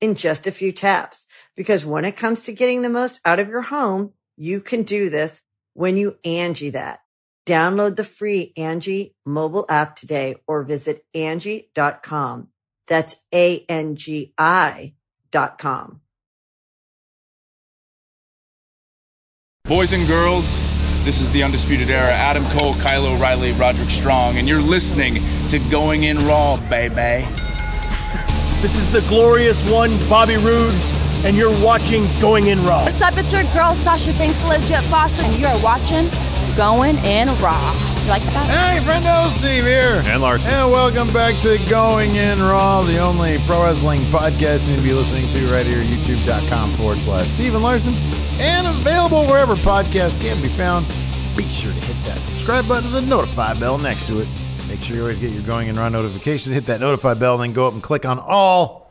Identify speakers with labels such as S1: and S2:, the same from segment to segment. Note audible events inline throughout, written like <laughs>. S1: in just a few taps. Because when it comes to getting the most out of your home, you can do this when you Angie that. Download the free Angie mobile app today or visit Angie.com. That's A-N-G-I dot com.
S2: Boys and girls, this is the Undisputed Era. Adam Cole, Kylo Riley, Roderick Strong, and you're listening to Going In Raw, baby.
S3: This is the glorious one, Bobby Roode, and you're watching Going In Raw.
S4: What's up? It's your girl Sasha Thanks the Legit Boss, and you are watching Going in Raw. You like that?
S5: Hey, friendo, Steve here.
S6: And Larson.
S5: And welcome back to Going In Raw, the only pro wrestling podcast you'll be listening to right here, youtube.com forward slash Steven Larson, and available wherever podcasts can be found. Be sure to hit that subscribe button and the notify bell next to it. Make sure you always get your Going In Raw notifications. Hit that notify bell, then go up and click on all.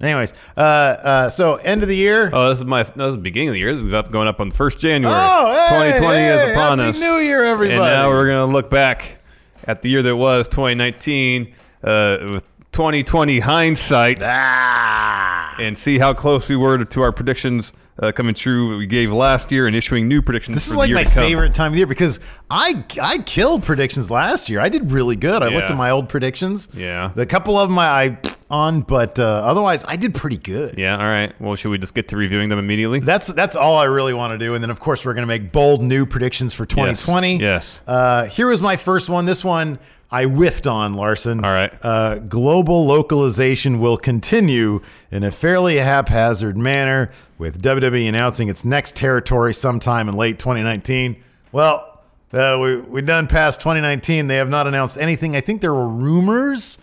S5: Anyways, uh, uh, so end of the year.
S6: Oh, this is my no, this is the beginning of the year. This is up going up on the first January.
S5: Oh, hey,
S6: 2020
S5: hey,
S6: is upon
S5: Happy
S6: us.
S5: New Year, everybody.
S6: And now we're gonna look back at the year that was 2019 uh, with 2020 hindsight
S5: Ah.
S6: and see how close we were to, to our predictions uh, coming true that we gave last year and issuing new predictions.
S5: This
S6: for
S5: is
S6: the
S5: like
S6: year
S5: my
S6: to come.
S5: favorite time of the year because I I killed predictions last year. I did really good. I looked
S6: Yeah.
S5: at my old predictions.
S6: Yeah.
S5: The couple of them I, I on, but uh, otherwise I did pretty good.
S6: Yeah. All right. Well, should we just get to reviewing them immediately?
S5: That's that's all I really want to do. And then of course we're going to make bold new predictions for 2020.
S6: Yes.
S5: Uh, here was my first one. This one I whiffed on Larson.
S6: All right.
S5: Uh, global localization will continue in a fairly haphazard manner, with WWE announcing its next territory sometime in late 2019. Well, uh, we we done past 2019. They have not announced anything. I think there were rumors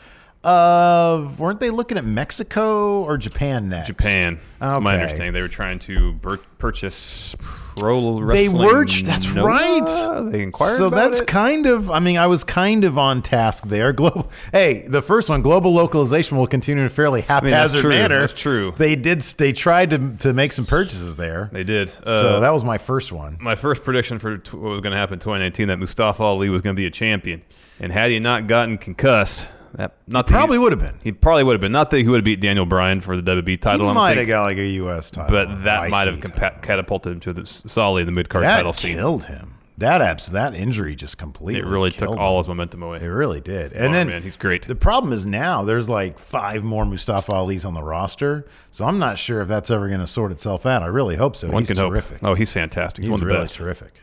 S5: of weren't they looking at Mexico or Japan next?
S6: Japan. That's my
S5: Okay.
S6: understanding. They were trying to bur- purchase pro
S5: They
S6: wrestling.
S5: were. That's
S6: Noah.
S5: right.
S6: They inquired.
S5: So
S6: about
S5: that's
S6: it.
S5: kind of. I mean, I was kind of on task there. <laughs> Global. Hey, the first one, global localization will continue in a fairly haphazard
S6: that's true.
S5: manner.
S6: That's true.
S5: They did. They tried to to make some purchases there.
S6: They did.
S5: so
S6: Uh,
S5: that was my first one.
S6: my first prediction for t- what was going to happen in 2019 that Mustafa Ali was going to be a champion, and had he not gotten concussed, that not that he-
S5: Probably would have been.
S6: He probably would have been. Not that he would have beat Daniel Bryan for the WWE
S5: He
S6: title. I don't
S5: might have
S6: think,
S5: got like a U.S. title,
S6: but that
S5: IC
S6: might have
S5: title.
S6: compa- catapulted him to the s- solidly in the mid card
S5: that
S6: title scene.
S5: killed him. That abs. That injury just completely.
S6: It really took
S5: killed
S6: all
S5: him.
S6: his momentum away.
S5: It really did. And
S6: Bummer,
S5: then
S6: man. He's great.
S5: The problem is now there's like five more Mustafa Ali's on the roster, so I'm not sure if that's ever going to sort itself out. I really hope so.
S6: One
S5: he's
S6: can
S5: terrific.
S6: hope. Oh, he's fantastic. He's,
S5: he's
S6: one of the
S5: really
S6: best.
S5: terrific.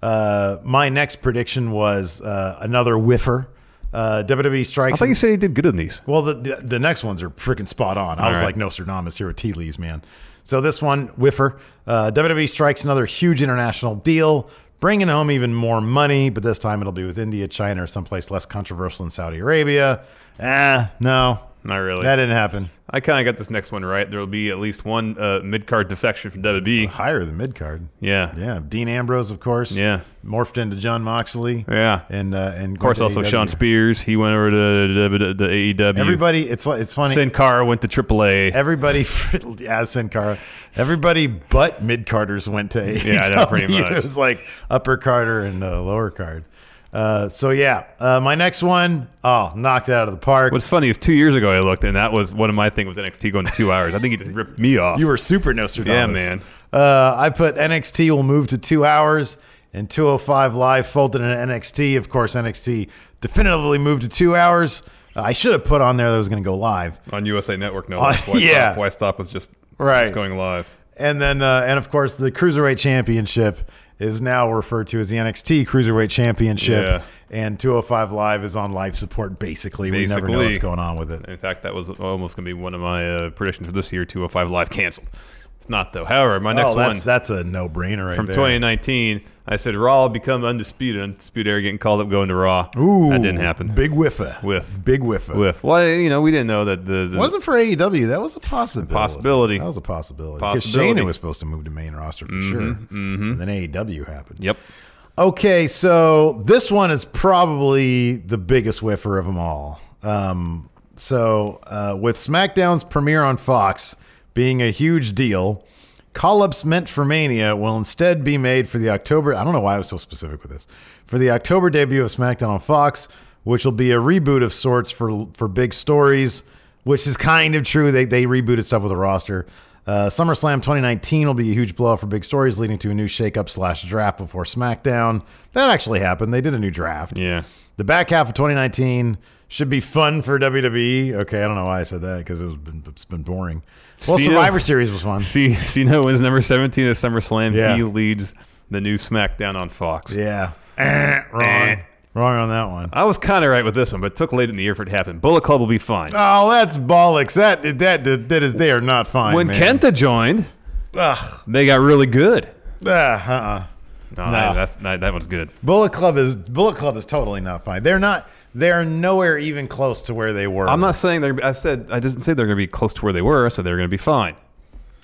S5: Uh, my next prediction was uh, another whiffer. Uh, WWE
S6: I
S5: strikes.
S6: thought you said he did good in these.
S5: well, the, the the next ones are freaking spot on. I
S6: All
S5: was
S6: right.
S5: like Nostradamus here with tea leaves, man. So this one whiffer. Uh, WWE strikes another huge international deal, bringing home even more money, but this time it'll be with India, China, or someplace less controversial in Saudi Arabia. Ah, no,
S6: Not really.
S5: that didn't happen.
S6: I kind of got this next one right. There will be at least one uh, mid card defection from E. WWE.
S5: Higher than mid card.
S6: Yeah.
S5: Yeah, Dean Ambrose, of course.
S6: Yeah.
S5: morphed into John Moxley.
S6: Yeah.
S5: and uh, and
S6: Of course, also Sean Spears. He went over to E. the AEW.
S5: Everybody, it's like it's funny.
S6: Sin Cara went to AAA.
S5: Everybody, <laughs> yeah, Sin Cara. Everybody but mid carders went to AEW.
S6: Yeah, I know, pretty much.
S5: <laughs> It was like upper carder and uh, lower card. Uh, so yeah, uh, my next one, oh, knocked it out of the park.
S6: What's funny is two years ago I looked, and that was one of my things was NXT going to <laughs> two hours. I think he just ripped me off.
S5: you were super Nostradamus.
S6: Yeah, man.
S5: Uh, I put NXT will move to two hours and 205 Live folded into NXT. Of course, NXT definitively moved to two hours. Uh, I should have put on there that it was going to go live.
S6: on USA Network. No,
S5: Uh,
S6: that's why
S5: yeah.
S6: Stop, why Stop was just
S5: Right.
S6: just going live.
S5: And then, uh, and of course, the Cruiserweight Championship is now referred to as the NXT Cruiserweight Championship.
S6: Yeah.
S5: And 205 Live is on life support, basically. We never know
S6: Basically.
S5: what's going on with it.
S6: In fact, that was almost going to be one of my uh, predictions for this year 205 Live canceled. It's not, though. However, my next
S5: oh, that's,
S6: one
S5: that's a no brainer right
S6: from
S5: there.
S6: 2019, I said Raw will become undisputed. Undisputed era getting called up going to Raw.
S5: Ooh,
S6: That didn't happen.
S5: Big whiffa.
S6: Whiff.
S5: Big whiffa.
S6: With. Well, you know, we didn't know that the. the
S5: Wasn't for AEW. That was a possibility.
S6: Possibility.
S5: That was a possibility. Because
S6: Possibility. Mm-hmm.
S5: Shayna was supposed to move to main roster for sure. And then AEW happened.
S6: Yep.
S5: Okay, so this one is probably the biggest whiffer of them all. Um, so, uh, with SmackDown's premiere on Fox being a huge deal, call ups meant for Mania will instead be made for the October. I don't know why I was so specific with this. For the October debut of SmackDown on Fox, which will be a reboot of sorts for, for big stories, which is kind of true. They, they rebooted stuff with a roster. Uh, SummerSlam 2019 will be a huge blow for big stories, leading to a new shakeup slash draft before SmackDown. That actually happened. They did a new draft.
S6: Yeah.
S5: The back half of 2019 should be fun for WWE. Okay, I don't know why I said that because it was been, it's been boring. Well,
S6: Cena-
S5: Survivor Series was fun.
S6: C- Cena wins number 17 at SummerSlam.
S5: Yeah.
S6: He leads the new SmackDown on Fox.
S5: Yeah, Eh, wrong, wrong on that one.
S6: I was kind of right with this one, but it took late in the year for it to happen. Bullet Club will be fine.
S5: Oh, that's bollocks. That that that, that is they are not fine.
S6: when
S5: man.
S6: Kenta joined,
S5: Ugh.
S6: they got really good.
S5: Ah, uh-uh.
S6: No,
S5: Nah.
S6: that's that, that one's good.
S5: Bullet Club is Bullet Club is totally not fine. They're not. They're nowhere even close to where they were.
S6: I'm not saying they're. I said I didn't say they're going to be close to where they were. I said they're going to be fine.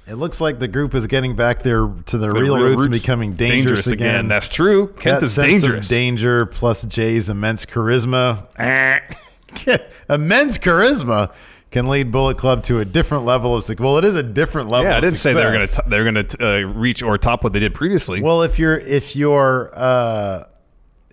S5: It looks like the group is getting back their to their,
S6: Their
S5: real, roots, and becoming dangerous, again.
S6: That's true. Kent
S5: That
S6: is
S5: sense of
S6: dangerous.
S5: danger plus Jay's immense charisma. <laughs> Eh. immense charisma can lead Bullet Club to a different level of success. Well, it is a different level.
S6: yeah, I
S5: of
S6: didn't say they were going
S5: success.
S6: to. They're going to uh, reach or top what they did previously.
S5: Well, if you're if you're uh,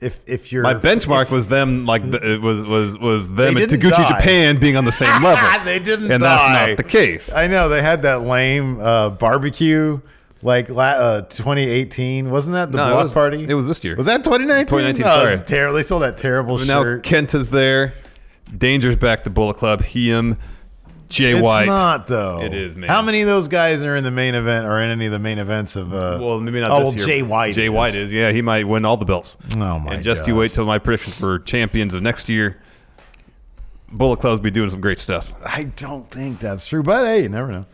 S5: if if you're
S6: my benchmark was them like the, it was was was them
S5: They
S6: and
S5: didn't
S6: Taguchi
S5: die.
S6: Japan being on
S5: <laughs>
S6: the same level.
S5: they didn't
S6: and
S5: die.
S6: that's not the case.
S5: I know they had that lame uh, barbecue like la- uh, 2018. Wasn't that the
S6: No, it
S5: block
S6: was-
S5: party?
S6: it was this year.
S5: Was that 2019?
S6: 2019,
S5: No,
S6: sorry.
S5: it's terrible. They sold that terrible
S6: But now
S5: shirt.
S6: Kent is there. Danger's back to Bullet Club. He um, Jay
S5: it's
S6: White.
S5: not though.
S6: It is, man.
S5: How many of those guys are in the main event or in any of the main events of? Uh,
S6: Well, maybe not
S5: Oh,
S6: this
S5: well,
S6: year.
S5: Jay White.
S6: Jay White is. Yeah, he might win all the belts.
S5: Oh, my
S6: And just you
S5: gosh.
S6: wait till my predictions for champions of next year. Bullet Club's be doing some great stuff.
S5: I don't think that's true, but hey, you never know.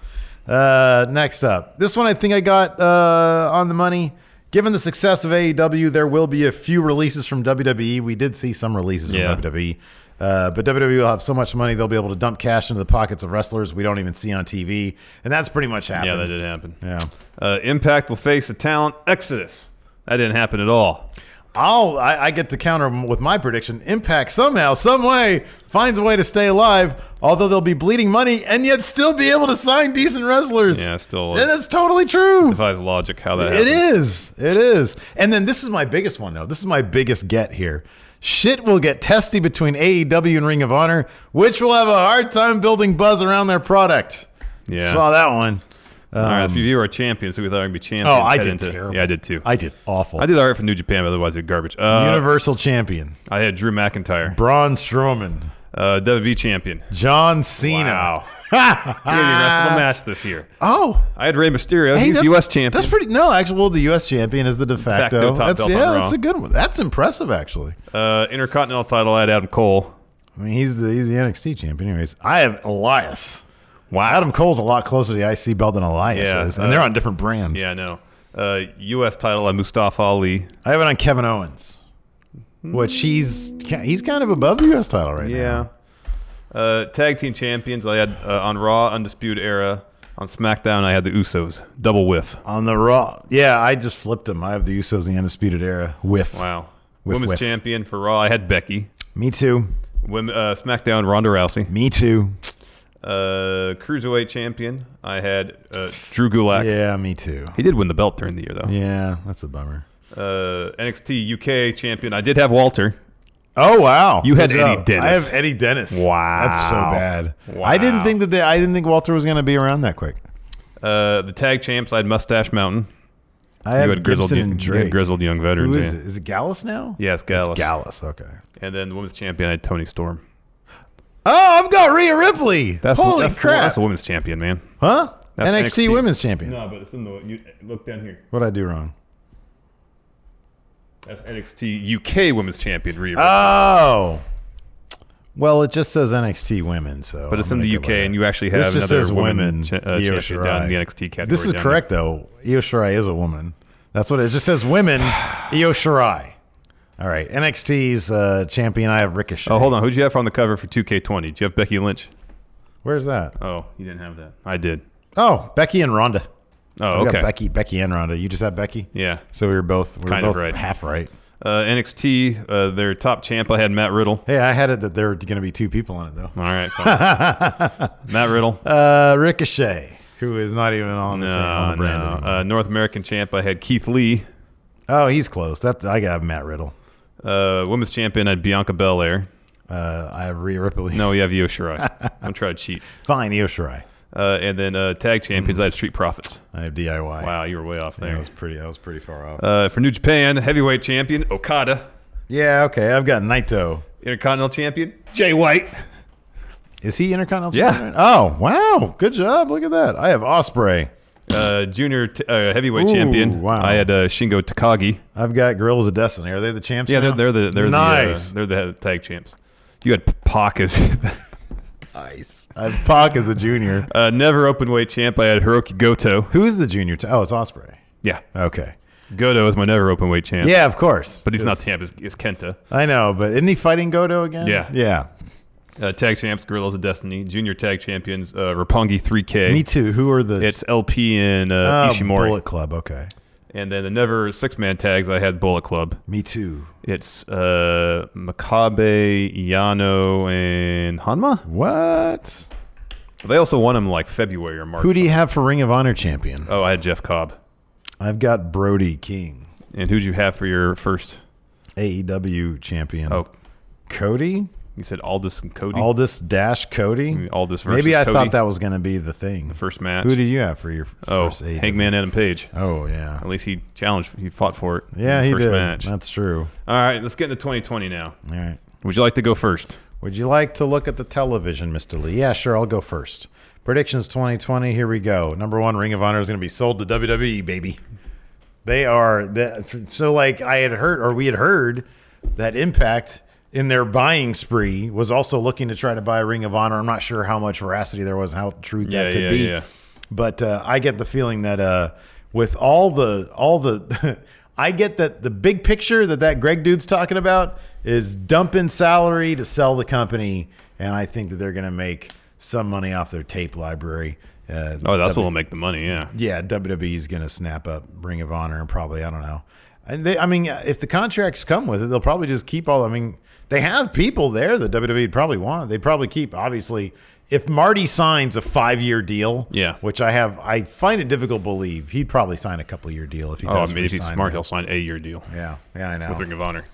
S5: Uh, next up, this one I think I got uh, on the money. Given the success of AEW, there will be a few releases from WWE. We did see some releases
S6: Yeah.
S5: from WWE, uh, but WWE will have so much money they'll be able to dump cash into the pockets of wrestlers we don't even see on TV, and that's pretty much happened.
S6: Yeah, that did happen.
S5: Yeah.
S6: Uh, Impact will face the talent exodus. That didn't happen at all.
S5: I'll I, I get to counter with my prediction. Impact somehow, some way finds a way to stay alive, although they'll be bleeding money and yet still be able to sign decent wrestlers.
S6: Yeah, still, like-
S5: and it's totally true.
S6: Defies logic how that
S5: It
S6: happened.
S5: is. It is. And then this is my biggest one though. This is my biggest get here. Shit will get testy between AEW and Ring of Honor, which will have a hard time building buzz around their product.
S6: Yeah.
S5: saw that one.
S6: all right, if you were champions, so we thought we'd be champions.
S5: Um, Oh, I
S6: head
S5: did
S6: into-
S5: terrible.
S6: Yeah, I did too.
S5: I did awful.
S6: I did all right for New Japan, but otherwise, I did garbage. Uh,
S5: Universal champion
S6: I had Drew McIntyre,
S5: Braun Strowman,
S6: uh, WWE champion.
S5: John Cena.
S6: Wow. he didn't even wrestle a match this year.
S5: <laughs> Oh,
S6: I had Rey Mysterio.
S5: Ah. Hey,
S6: He's
S5: that-
S6: U.S. champion.
S5: That's pretty. No, actually, well, the U.S. champion is the de facto.
S6: facto top
S5: that's,
S6: belt on
S5: yeah,
S6: Raw.
S5: that's a good one. That's impressive, actually.
S6: Uh, Intercontinental title I had Adam Cole.
S5: I mean, he's the he's the NXT champion, anyways. I have Elias. Wow, Adam Cole's a lot closer to the IC belt than Elias
S6: Yeah,
S5: is, and
S6: uh,
S5: they're on different brands.
S6: Yeah, I know. Uh, U.S. title I had Mustafa Ali.
S5: I have it on Kevin Owens, which he's he's kind of above the U.S. title right now.
S6: Uh, tag team champions I had uh, on Raw, Undisputed Era. On SmackDown, I had the Usos. Double whiff.
S5: on the Raw. Yeah, I just flipped him. I have the Usos, in the Undisputed Era. Whiff.
S6: Wow.
S5: Whiff,
S6: Women's
S5: whiff.
S6: champion for Raw, I had Becky.
S5: Me too.
S6: Women, uh, SmackDown, Ronda Rousey.
S5: Me too.
S6: Uh, Cruiserweight champion, I had uh, Drew Gulak.
S5: Yeah, me too.
S6: He did win the belt during the year, though.
S5: Yeah, that's a bummer.
S6: Uh, NXT UK champion, I did have Walter.
S5: Oh wow!
S6: You had
S5: Good
S6: Eddie
S5: job.
S6: Dennis.
S5: I have Eddie Dennis.
S6: Wow.
S5: that's so bad.
S6: Wow.
S5: I didn't think that they, I didn't think Walter was going to be around that quick.
S6: Uh, the tag champs, I had Mustache Mountain.
S5: I have
S6: you had grizzled,
S5: Gibson
S6: young-
S5: and
S6: you had
S5: Drake.
S6: grizzled young veterans.
S5: Who is
S6: yeah.
S5: it? Is it Gallus now?
S6: Yes, Gallus.
S5: It's Gallus. Okay.
S6: And then the women's champion, I had Tony Storm.
S5: Oh, I've got Rhea Ripley.
S6: That's
S5: Holy
S6: that's,
S5: crap!
S6: that's a women's champion, man.
S5: huh?
S6: That's
S5: NXT, Women's Champion.
S6: No, but it's in the you, look down here.
S5: What I do wrong?
S6: That's NXT UK Women's Champion Rhea. Ripley.
S5: Oh. Well, it just says NXT Women, so.
S6: but it's
S5: I'm
S6: in the
S5: gonna go
S6: UK,
S5: by that.
S6: and you actually have
S5: This just
S6: another
S5: says
S6: women,
S5: women.
S6: cha- uh,
S5: Io
S6: champion down in the
S5: Shirai.
S6: NXT category.
S5: This is
S6: down
S5: correct though. Io Shirai is a woman. That's what it, it just says.
S6: <sighs>
S5: Women. Io Shirai. All right. NXT's uh, champion. I have Ricochet.
S6: Here. Oh, hold on. Who'd you have on the cover for 2K20? Did you have Becky Lynch?
S5: Where's that?
S6: Oh, you didn't have that. I did.
S5: Oh, Becky and Ronda.
S6: Oh,
S5: We
S6: okay.
S5: got Becky, Becky and Ronda. You just had Becky.
S6: Yeah.
S5: So we were both we were
S6: Kind of
S5: both
S6: right.
S5: half right.
S6: Uh, NXT, uh, their top champ. I had Matt Riddle.
S5: Hey, I had it that there were going to be two people on it though.
S6: All right, fine.
S5: <laughs>
S6: Matt Riddle.
S5: Uh, Ricochet, who is not even on the, same, on
S6: no,
S5: the
S6: no.
S5: brand anymore.
S6: Uh, North American champ. I had Keith Lee.
S5: Oh, he's close. That I got Matt Riddle.
S6: Uh, women's champion. I had Bianca Belair.
S5: Uh, I have Rhea Ripley.
S6: No, you have Io
S5: <laughs>
S6: Shirai. I'm trying to cheat.
S5: Fine, Io Shirai.
S6: Uh, and then uh, tag champions. I had Street Profits.
S5: I have DIY.
S6: Wow, you were way off
S5: that
S6: there.
S5: was pretty. That was pretty far off.
S6: Uh, for New Japan, heavyweight champion Okada.
S5: yeah. Okay. I've got Naito.
S6: Intercontinental champion Jay White.
S5: Is he Intercontinental?
S6: Yeah.
S5: Champion? Oh wow. Good job. Look at that. I have Osprey.
S6: Uh, junior t- uh, heavyweight
S5: Ooh,
S6: champion.
S5: wow.
S6: I had uh, Shingo Takagi.
S5: I've got Gorillas of Destiny. Are they the champs?
S6: Yeah,
S5: now?
S6: they're, they're the they're
S5: nice.
S6: the uh, they're the tag champs. You had Pac as
S5: nice. I have Uh, Pac as a junior.
S6: <laughs> uh, never open weight champ. I had Hiroki Goto.
S5: Who's the junior? T- oh, it's Osprey.
S6: Yeah, uh,
S5: Okay.
S6: Goto is my never open weight champ.
S5: Yeah, of course.
S6: but he's not champ. It's, it's Kenta.
S5: I know, but isn't he fighting Godo again?
S6: Yeah.
S5: Yeah.
S6: Uh, tag champs, Gorillas of Destiny. Junior tag champions, uh, Rapongi 3K.
S5: Me too. Who are the
S6: It's LP and uh,
S5: Oh,
S6: Ishimori.
S5: Bullet Club? Okay.
S6: And then the never six man tags. I had Bullet Club.
S5: Me too.
S6: It's uh, Makabe, Yano, and Hanma.
S5: What?
S6: They also won him like February or March.
S5: Who do you have for Ring of Honor champion?
S6: oh, I had Jeff Cobb.
S5: I've got Brody King,
S6: And who'd you have for your first?
S5: AEW champion.
S6: Oh,
S5: Cody?
S6: you said Aldis and Cody.
S5: Aldis dash Cody?
S6: Aldis versus
S5: Maybe I
S6: Cody.
S5: thought that was going to be the thing.
S6: first match.
S5: Who do you have for your f-
S6: oh,
S5: first AEW?
S6: Hangman Adam Page.
S5: Oh, yeah.
S6: At least he challenged. He fought for it.
S5: Yeah,
S6: in the
S5: he
S6: first
S5: did.
S6: Match.
S5: That's true.
S6: All right, let's get into 2020 now.
S5: All right.
S6: Would you like to go first?
S5: Would you like to look at the television, Mr. Lee? Yeah, sure. I'll go first. Predictions 2020. Here we go. Number one, Ring of Honor is going to be sold to WWE, baby. They are the, so like I had heard or we had heard that Impact in their buying spree was also looking to try to buy Ring of Honor. I'm not sure how much veracity there was, how true that
S6: Yeah,
S5: could
S6: yeah,
S5: be.
S6: yeah.
S5: But uh, I get the feeling that uh, with all the all the, <laughs> I get that the big picture that that Greg dude's talking about is dumping salary to sell the company, and I think that they're going to make some money off their tape library. Uh,
S6: Oh, that's
S5: W-
S6: what will make the money. Yeah.
S5: yeah, WWE's going to snap up Ring of Honor and probably I don't know. And they, I mean, if the contracts come with it, they'll probably just keep all. I mean, they have people there that WWE would probably want. They probably keep obviously. If Marty signs a five-year deal,
S6: Yeah.
S5: which I have, I find it difficult to believe he'd probably sign a couple-year deal if he
S6: Oh, I
S5: does.
S6: mean, if he's
S5: resign.
S6: smart, he'll sign a year deal
S5: yeah, yeah, I know.
S6: with Ring of Honor.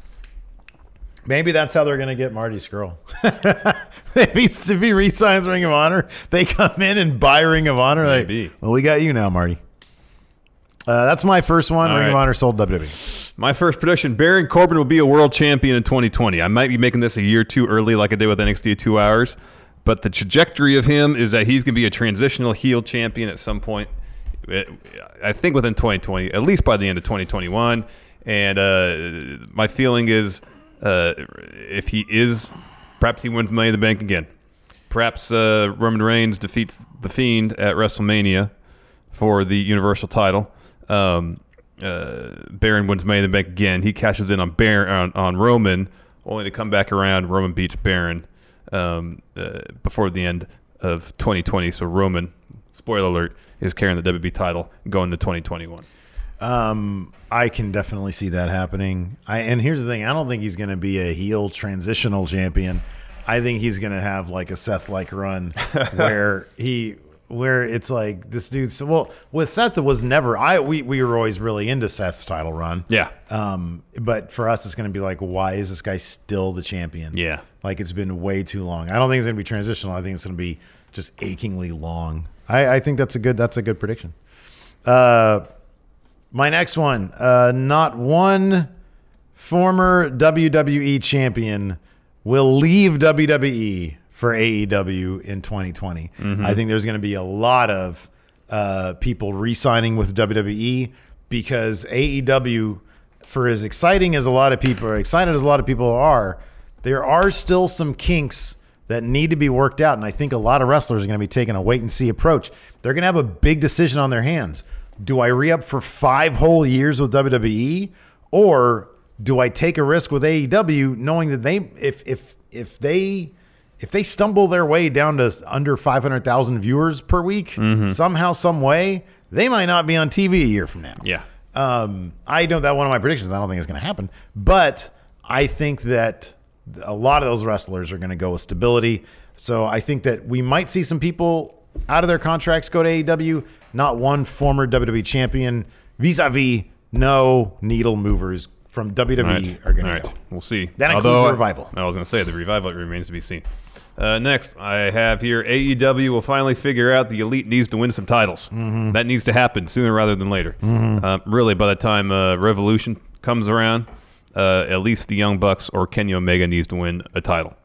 S5: Maybe that's how they're going to get Marty's girl. <laughs> if, he, if he resigns Ring of Honor, they come in and buy Ring of Honor. like,
S6: Maybe.
S5: well, we got you now, Marty. Uh, that's my first one.
S6: All
S5: Ring of
S6: right.
S5: Honor sold E. WWE.
S6: My first prediction: Baron Corbin will be a world champion in 2020. I might be making this a year too early, like I did with NXT two hours, but the trajectory of him is that he's going to be a transitional heel champion at some point. eh, I think within 2020, at least by the end of 2021. And uh, my feeling is, uh, if he is, perhaps he wins Money in the Bank again. Perhaps uh, Roman Reigns defeats the Fiend at WrestleMania for the Universal title. Um, uh, Baron wins Money in the Bank again. He cashes in on Baron on, on Roman, only to come back around. Roman beats Baron um, uh, before the end of 2020. So Roman, spoiler alert, is carrying the WB title going to 2021.
S5: Um, I can definitely see that happening. I and here's the thing: I don't think he's going to be a heel transitional champion. I think he's going to have like a Seth like run
S6: <laughs>
S5: where he where it's like this dude's well with Seth it was never I we we were always really into Seth's title run.
S6: Yeah,
S5: Um, but for us, it's going to be like, why is this guy still the champion?
S6: Yeah.
S5: Like it's been way too long. I don't think it's going to be transitional. I think it's going to be just achingly long. I, I think that's a good, that's a good prediction. Uh, my next one, uh, not one former WWE champion will leave E WWE for AEW in 2020. I think there's going to be a lot of uh, people re-signing with WWE because AEW, for as exciting as a lot of people or excited as a lot of people are, there are still some kinks that need to be worked out, and I think a lot of wrestlers are going to be taking a wait and see approach. They're going to have a big decision on their hands. Do I re-up for five whole years with WWE, or do I take a risk with AEW, knowing that they if if if they if they stumble their way down to under 500,000 viewers per week, somehow, some way, they might not be on TV a year from now.
S6: Yeah.
S5: Um, I don't. That one of my predictions. I don't think it's going to happen. But I think that a lot of those wrestlers are going to go with stability. So I think that we might see some people out of their contracts go to AEW. Not one former WWE champion. Vis-a-vis, no needle movers from WWE are going
S6: All
S5: to go.
S6: We'll see.
S5: That includes
S6: Although,
S5: the revival.
S6: I was going to say the revival remains to be seen. Uh, next, I have here AEW will finally figure out the elite needs to win some titles.
S5: Mm-hmm.
S6: That needs to happen sooner rather than later. Uh, really, by the time uh, Revolution comes around, uh, at least the Young Bucks or Kenny Omega needs to win a title.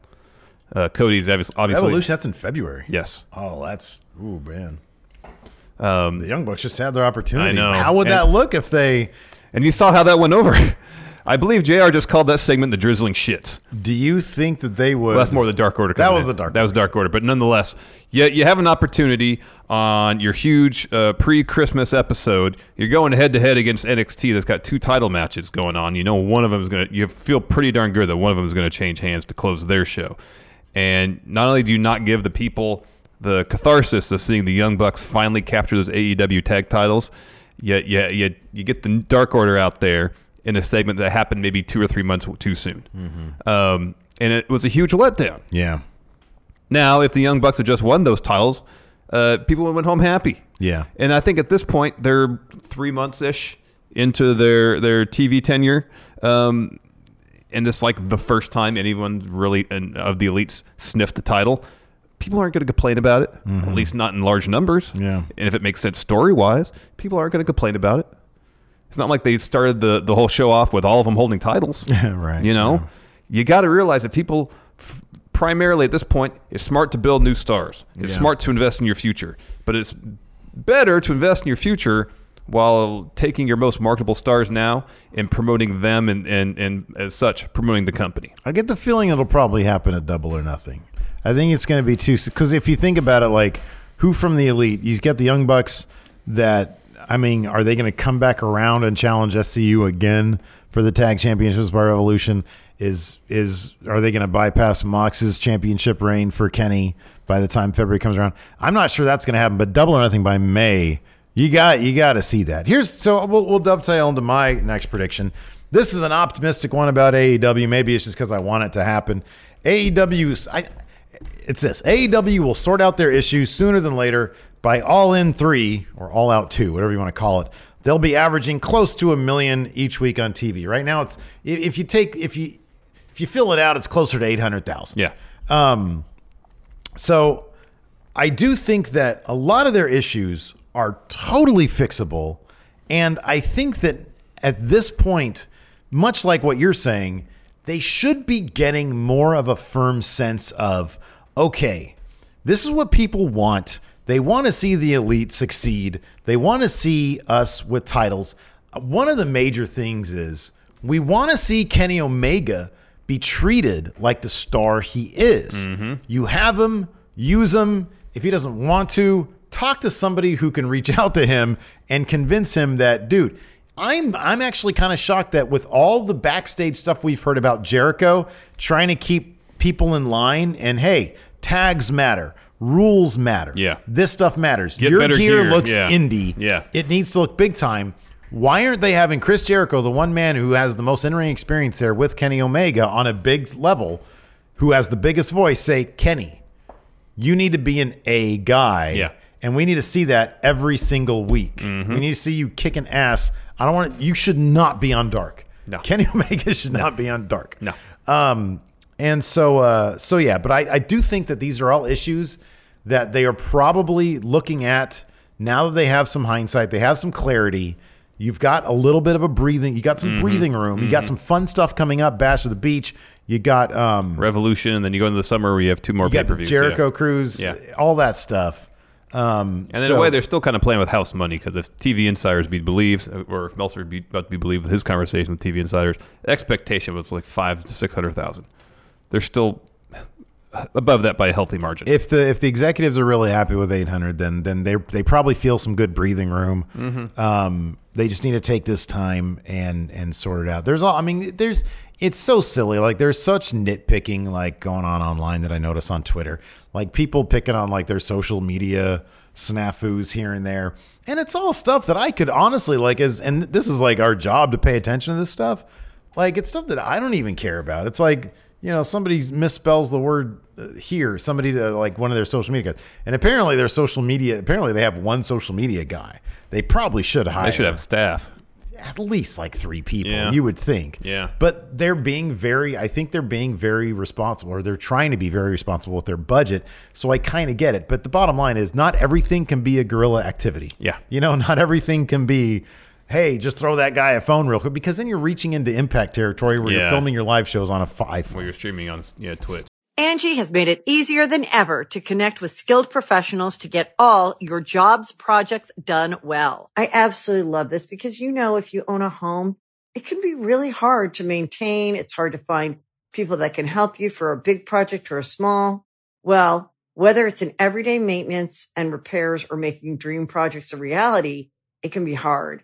S6: Uh, Cody's obvi- obviously
S5: Evolution. That's in February.
S6: Yes,
S5: Oh, that's ooh man.
S6: um,
S5: The Young Bucks just had their opportunity.
S6: I know.
S5: How would
S6: And-
S5: that look if they?
S6: and you saw how that went over. <laughs> I believe Jr. just called that segment the drizzling shits.
S5: Do you think that they would?
S6: Well, that's more the Dark Order.
S5: That
S6: coming
S5: was
S6: in.
S5: the Dark
S6: That was
S5: Order.
S6: Dark Order. But nonetheless, you, you have an opportunity on your huge uh, pre-Christmas episode. You're going head to head against NXT that's got two title matches going on. You know one of them is going to. You feel pretty darn good that one of them is going to change hands to close their show. And not only do you not give the people the catharsis of seeing the Young Bucks finally capture those AEW tag titles, yet you, you, you get the Dark Order out there in a segment that happened maybe two or three months too soon.
S5: Mm-hmm.
S6: Um, and it was a huge letdown.
S5: Yeah.
S6: Now, if the Young Bucks had just won those titles, uh, people would have went home happy.
S5: Yeah.
S6: And I think at this point, they're three months ish into their, their TV tenure. Um, and it's like the first time anyone really and of the elites sniffed the title. People aren't going to complain about it, at least not in large numbers.
S5: Mm-hmm. Yeah.
S6: And if it makes sense story wise, people aren't going to complain about it. It's not like they started the, the whole show off with all of them holding titles.
S5: <laughs> Right,
S6: You know,
S5: yeah.
S6: you got to realize that people f- primarily at this point, it's smart to build new stars. It's
S5: Yeah.
S6: smart to invest in your future, but it's better to invest in your future while taking your most marketable stars now and promoting them and, and, and as such, promoting the company.
S5: I get the feeling it'll probably happen at double or nothing. I think it's going to be too. Because if you think about it, like who from the elite? You've got the Young Bucks. That I mean, are they going to come back around and challenge SCU again for the tag championships by Revolution? Is is are they going to bypass Mox's championship reign for Kenny by the time February comes around? I'm not sure that's going to happen. But double or nothing by May. You got you got to see that. Here's so we'll, we'll dovetail into my next prediction. This is an optimistic one about AEW. Maybe it's just because I want it to happen. AEW's I, it's this AEW will sort out their issues sooner than later by All In three or All Out two, whatever you want to call it. They'll be averaging close to a million each week on TV. Right now, it's if, if you take if you if you fill it out, it's closer to eight hundred thousand.
S6: Yeah.
S5: Um, so I do think that a lot of their issues are totally fixable. And I think that at this point, much like what you're saying, they should be getting more of a firm sense of, okay, this is what people want. They want to see the elite succeed. They want to see us with titles. One of the major things is we want to see Kenny Omega be treated like the star he is. You have him, use him. If he doesn't want to, talk to somebody who can reach out to him and convince him that, dude, I'm I'm actually kind of shocked that with all the backstage stuff we've heard about Jericho trying to keep people in line and hey, tags matter, rules matter.
S6: Yeah.
S5: This stuff matters.
S6: Get
S5: Your
S6: better
S5: gear
S6: gear,
S5: looks
S6: yeah.
S5: indie.
S6: Yeah.
S5: It needs to look big time. Why aren't they having Chris Jericho, the one man who has the most in-ring experience there with Kenny Omega on a big level, who has the biggest voice, say, Kenny, you need to be an A guy.
S6: Yeah. Mm-hmm.
S5: And we need to see that every single week. We need to see you kicking ass. I don't want you should not be on dark.
S6: No.
S5: Kenny <laughs> Omega should not be on dark.
S6: No.
S5: Um, and so, uh, so yeah, but I, I do think that these are all issues that they are probably looking at now that they have some hindsight, they have some clarity. You've got a little bit of a breathing. You got some
S6: Mm-hmm.
S5: breathing room. You got some fun stuff coming up. Bash of the Beach. You got um,
S6: Revolution. And then you go into the summer where you have two more
S5: you
S6: pay
S5: got
S6: per
S5: the
S6: views.
S5: Jericho Cruise.
S6: Yeah.
S5: All that stuff. Um,
S6: And in a way, they're still kind of playing with house money because if TV Insiders be believed, uh, or if Meltzer be about to be believed with his conversation with TV Insiders, the expectation was like five to six hundred thousand. They're still above that by a healthy margin.
S5: if the if the executives are really happy with 800 then then they they probably feel some good breathing room um they just need to take this time and and sort it out there's all i mean there's it's so silly like there's such nitpicking like going on online that i notice on twitter like people picking on like their social media snafus here and there and it's all stuff that i could honestly like as and this is like our job to pay attention to this stuff like it's stuff that I don't even care about. It's like you know somebody misspells the word uh, here. Somebody to like one of their social media guys, and apparently their social media. Apparently they have one social media guy. They probably should hire.
S6: they should have staff.
S5: at least like three people.
S6: Yeah.
S5: You would think.
S6: Yeah.
S5: But they're being very. I think they're being very responsible, or they're trying to be very responsible with their budget. So I kind of get it. But the bottom line is, not everything can be a guerrilla activity.
S6: Yeah.
S5: You know, <laughs> not everything can be. Hey, just throw that guy a phone real quick because then you're reaching into impact territory where you're
S6: Yeah.
S5: filming your live shows on a five.
S6: Well, you're streaming on yeah Twitch.
S1: Angie has made it easier than ever to connect with skilled professionals to get all your jobs projects done well. I absolutely love this because, you know, if you own a home, it can be really hard to maintain. It's hard to find people that can help you for a big project or a small. Well, whether it's in everyday maintenance and repairs or making dream projects a reality, it can be hard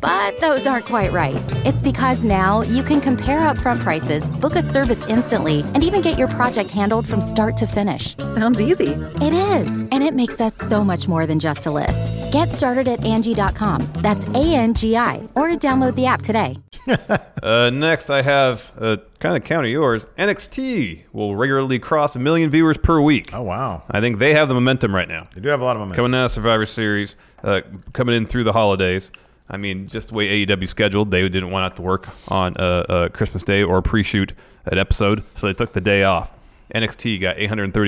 S7: But those aren't quite right. It's because now you can compare upfront prices, book a service instantly, and even get your project handled from start to finish.
S8: Sounds easy.
S7: It is, and it makes us so much more than just a list. Get started at Angie.com. That's A N G I, or download the app today.
S6: Uh, next, I have uh, kind of counter yours. NXT will regularly cross a million viewers per week.
S5: Oh wow,
S6: I think they have the momentum right now.
S5: they do have a lot of momentum.
S6: Coming out of Survivor Series, uh, coming in through the holidays. I mean, just the way AEW scheduled, they didn't want to have to work on uh, uh, Christmas Day or pre-shoot an episode, so they took the day off. NXT got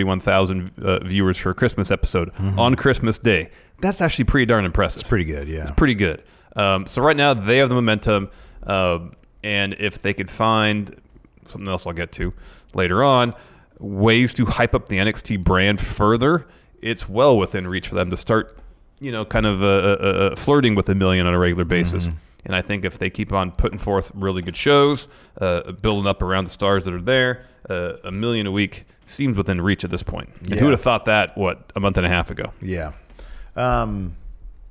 S6: 831,000 uh, viewers for a Christmas episode on Christmas Day. That's actually pretty darn impressive. Mm-hmm. It's
S5: Pretty good, yeah.
S6: It's pretty good. Um, so right now they have the momentum, um, and if they could find something else, I'll get to later on ways to hype up the NXT brand further. It's well within reach for them to start, you know, kind of uh, uh, uh, flirting with a million on a regular basis. And I think if they keep on putting forth really good shows, uh, building up around the stars that are there, uh, a million a week seems within reach at this point. And
S5: Yeah.
S6: who would have thought that? What a month and a half ago.
S5: Yeah. Um,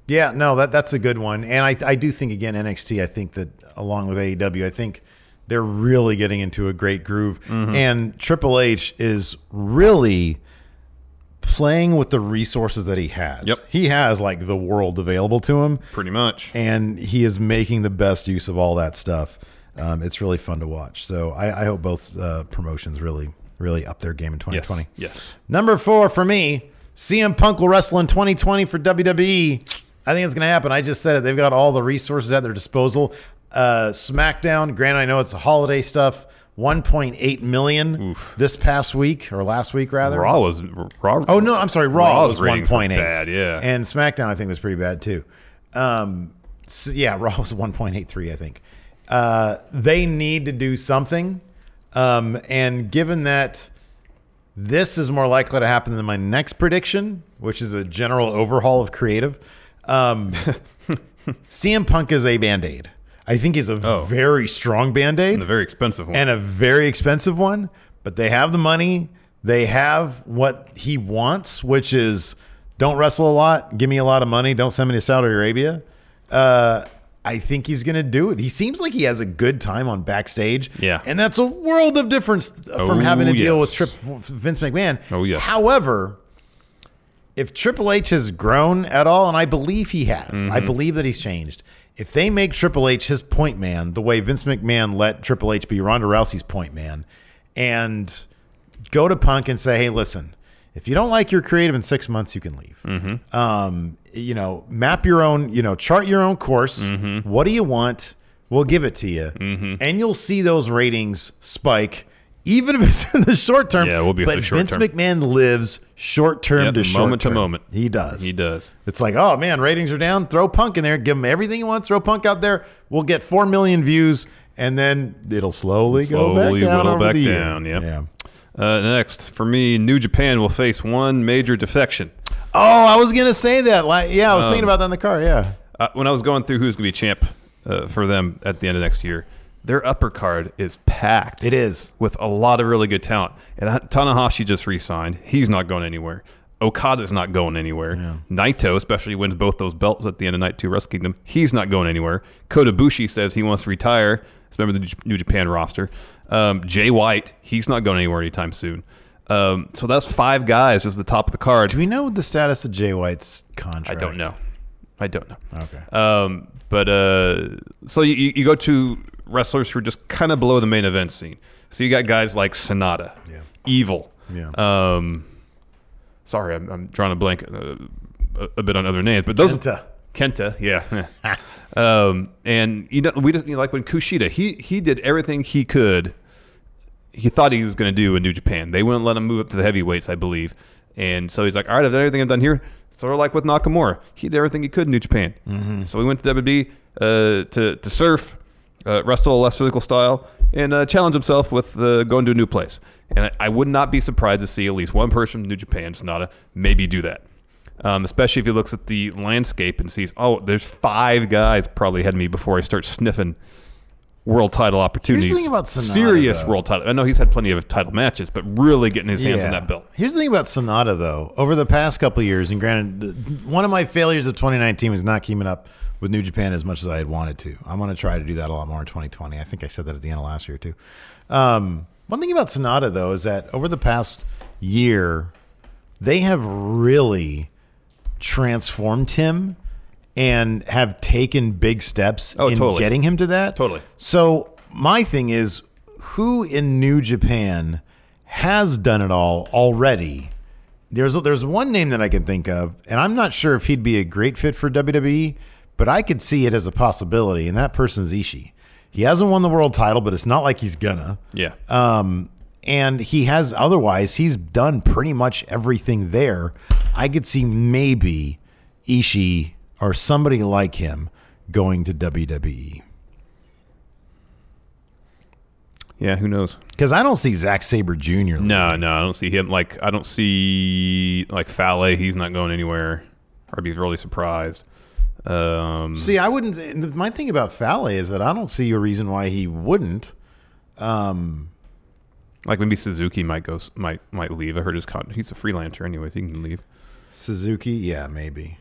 S5: yeah, no, that that's a good one. And I I do think again NXT, I think that along with AEW, I think they're really getting into a great groove.
S6: Mm-hmm.
S5: And Triple H is really playing with the resources that he has.
S6: Yep.
S5: He has like the world available to him
S6: Pretty much.
S5: and he is making the best use of all that stuff. Um, it's really fun to watch. So I, I hope both uh, promotions really, really up their game in 2020.
S6: Yes.
S5: Number four for me, CM Punk will wrestle in 2020 for WWE. I think it's going to happen. I just said it. They've got all the resources at their disposal. Uh, SmackDown, granted, I know it's holiday stuff, 1.8 million this past week or last week rather.
S6: Raw was Raw.
S5: Oh no, I'm sorry. Raw
S6: Raw's
S5: was
S6: ratings
S5: 1.8.
S6: were bad, yeah.
S5: and SmackDown I think was pretty bad too. Um, so yeah, <laughs> Raw was 1.83 I think. Uh, they need to do something, um, and given that this is more likely to happen than my next prediction, which is a general overhaul of creative.
S6: <laughs>
S5: Um, CM Punk is a band aid. I think he's a very strong band aid
S6: Oh. And a very expensive one.
S5: and a very expensive one, but they have the money. They have what he wants, which is don't wrestle a lot, give me a lot of money, don't send me to Saudi Arabia. Uh, I think he's going to do it. He seems like he has a good time on backstage.
S6: Yeah.
S5: And that's a world of difference from
S6: Oh,
S5: having to deal
S6: yes.
S5: with Trip Vince McMahon.
S6: Oh, yes.
S5: However, if Triple H has grown at all, and I believe he has, I
S6: Mm-hmm.
S5: believe that he's changed. If they make Triple H his point man, the way Vince McMahon let Triple H be Ronda Rousey's point man, and go to Punk and say, "Hey, listen, if you don't like your creative in six months, you can leave."
S6: Mm-hmm.
S5: Um, you know, map your own, you know, chart your own course.
S6: Mm-hmm.
S5: What do you want? We'll give it to you, and you'll see those ratings spike, even if it's <laughs> in the short term.
S6: Yeah, it will be for
S5: But
S6: the short
S5: Vince
S6: term.
S5: McMahon lives short term
S6: Yep,
S5: to short
S6: moment to
S5: term.
S6: moment.
S5: He does.
S6: He does.
S5: It's like, oh man, ratings are down. Throw Punk in there. Give him everything you want. Throw Punk out there. We'll get four million views, and then it'll slowly, go
S6: Slowly
S5: back down
S6: whittle
S5: over
S6: back
S5: the year.
S6: down, yep.
S5: Yeah.
S6: Uh, next, for me, New Japan will face one major defection.
S5: Oh, I was gonna say that. Like, yeah, I was thinking
S6: Um,
S5: about that in the car. Yeah.
S6: Uh, when I was going through who's going to be champ uh, for them at the end of next year, their upper card is packed.
S5: It is.
S6: With a lot of really good talent. And uh, Tanahashi just re signed. He's not going anywhere. Okada's not going anywhere. Naito, especially wins both those belts at the end of Night 2 Wrestle Kingdom, he's not going anywhere. Kota Bushi says he wants to retire. He's a member of the J- New Japan roster. Um, Jay White, he's not going anywhere anytime soon. Um, so that's five guys just at the top of the card.
S5: Do we know the status of Jay White's contract?
S6: I don't know. I don't know.
S5: Okay.
S6: Um, but uh, so you- you, you go to wrestlers who are just kind of below the main event scene. So you got guys like Sonata, Evil.
S5: Yeah.
S6: Um, sorry, I'm, I'm drawing a blank uh, a, a bit on other names, but those
S5: Kenta.
S6: Kenta, yeah. <laughs> um, and you know, we just you know, like when Kushida, he he did everything he could. He thought he was going to do in New Japan. They wouldn't let him move up to the heavyweights, I believe. And so he's like, all right, I've done everything I've done here. Sort of like with Nakamura, he did everything he could in New Japan.
S5: Mm-hmm.
S6: So we went to WWE uh, to to surf, uh, wrestle a less physical style, and uh, challenge himself with uh, going to a new place. And I, I would not be surprised to see at least one person from New Japan, Sonata, maybe do that um, especially if he looks at the landscape and sees, oh, there's five guys probably ahead of me before I start sniffing world title opportunities.
S5: thing about Sonata,
S6: Serious
S5: though.
S6: world title. I know he's had plenty of title matches, but really getting his hands on that belt.
S5: Here's the thing about Sonata, though. Over the past couple of years, and granted, th- one of my failures of 2019 was not keeping up with New Japan as much as I had wanted to. I'm going to try to do that a lot more in 2020. I think I said that at the end of last year, too. Um, one thing about Sonata, though, is that over the past year, they have really transformed him and have taken big steps
S6: Oh,
S5: in
S6: totally.
S5: getting him to that.
S6: Totally.
S5: So my thing is, who in New Japan has done it all already? There's there's one name that I can think of, and I'm not sure if he'd be a great fit for WWE, but I could see it as a possibility, and that person's Ishii. He hasn't won the world title, but it's not like he's gonna.
S6: Yeah.
S5: Um, and he has otherwise, he's done pretty much everything there. I could see maybe Ishii or somebody like him going to E. WWE.
S6: yeah, who knows?
S5: Because I don't see Zack Sabre Jr.
S6: No, no, I don't see him. Like, I don't see, like, Fale. He's not going anywhere. I'd be really surprised. Um,
S5: See, I wouldn't. th- My thing about Fale is that I don't see a reason why he wouldn't. Um,
S6: like maybe Suzuki might go, s- might might leave. I heard his con- he's a freelancer, anyways. He can leave.
S5: Suzuki, yeah, maybe.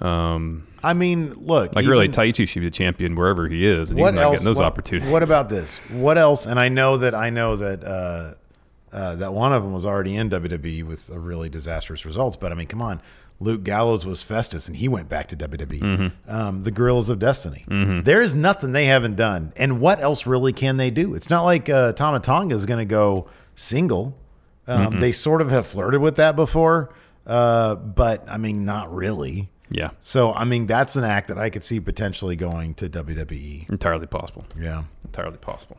S6: Um,
S5: I mean, look,
S6: Like really,
S5: even-
S6: Taichi should be the champion wherever he is, and he's not getting those
S5: what,
S6: opportunities.
S5: What about this? What else? And I know that I know that uh, uh, that one of them was already in WWE with a really disastrous results. But I mean, come on, Luke Gallows was Festus, and he went back to WWE.
S6: Mm-hmm.
S5: Um, the Gorillas of Destiny. There is nothing they haven't done. And what else really can they do? It's not like uh, Tama Tonga is going to go single. Um, they sort of have flirted with that before, uh, but I mean, not really.
S6: Yeah,
S5: So I mean, that's an act that I could see potentially going to E. WWE.
S6: entirely possible.
S5: Yeah.
S6: Entirely possible.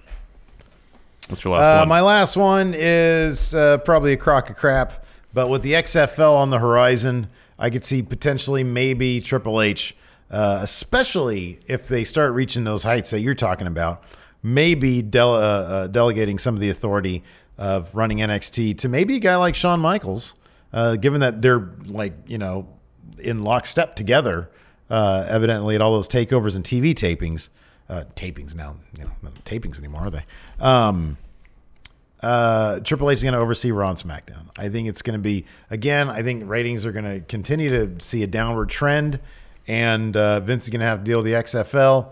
S6: What's your last
S5: Uh,
S6: one?
S5: My last one is uh, probably a crock of crap, but with the XFL on the horizon, I could see potentially maybe Triple H, uh, especially if they start reaching those heights that you're talking about, maybe dele- uh, uh, delegating some of the authority of running NXT to maybe a guy like Shawn Michaels, uh, given that they're like, you know, in lockstep together, uh, evidently at all those takeovers and TV tapings. Uh, tapings now, you know, not tapings anymore, are they? Um, uh, Triple H is going to oversee Raw and SmackDown. I think it's going to be again. I think ratings are going to continue to see a downward trend, and uh, Vince is going to have to deal with the XFL.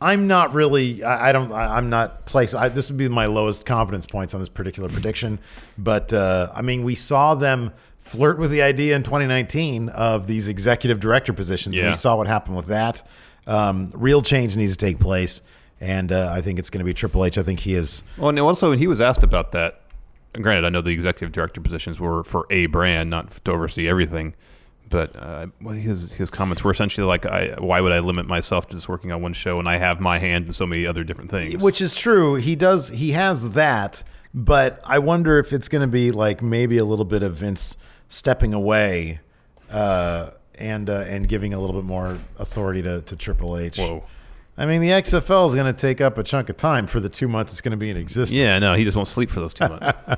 S5: I'm not really. I, I don't. I, I'm not placed. I, this would be my lowest confidence points on this particular prediction. But uh, I mean, we saw them flirt with the idea in 2019 of these executive director positions.
S6: Yeah.
S5: We saw what happened with that. Um, real change needs to take place, and uh, I think it's going to be Triple H. I think he is.
S6: Well, and also when he was asked about that, and granted, I know the executive director positions were for a brand, not f- to oversee everything. But uh, well, his his comments were essentially like, I, "Why would I limit myself to just working on one show and I have my hand in so many other different things?"
S5: Which is true. He does. He has that, but I wonder if it's going to be like maybe a little bit of Vince stepping away uh, and uh, and giving a little bit more authority to, to Triple H. Whoa. I mean, the XFL is going to take up a chunk of time for the two months it's going to be in existence.
S6: Yeah, no, he just won't sleep for those two
S5: <laughs>
S6: months. uh,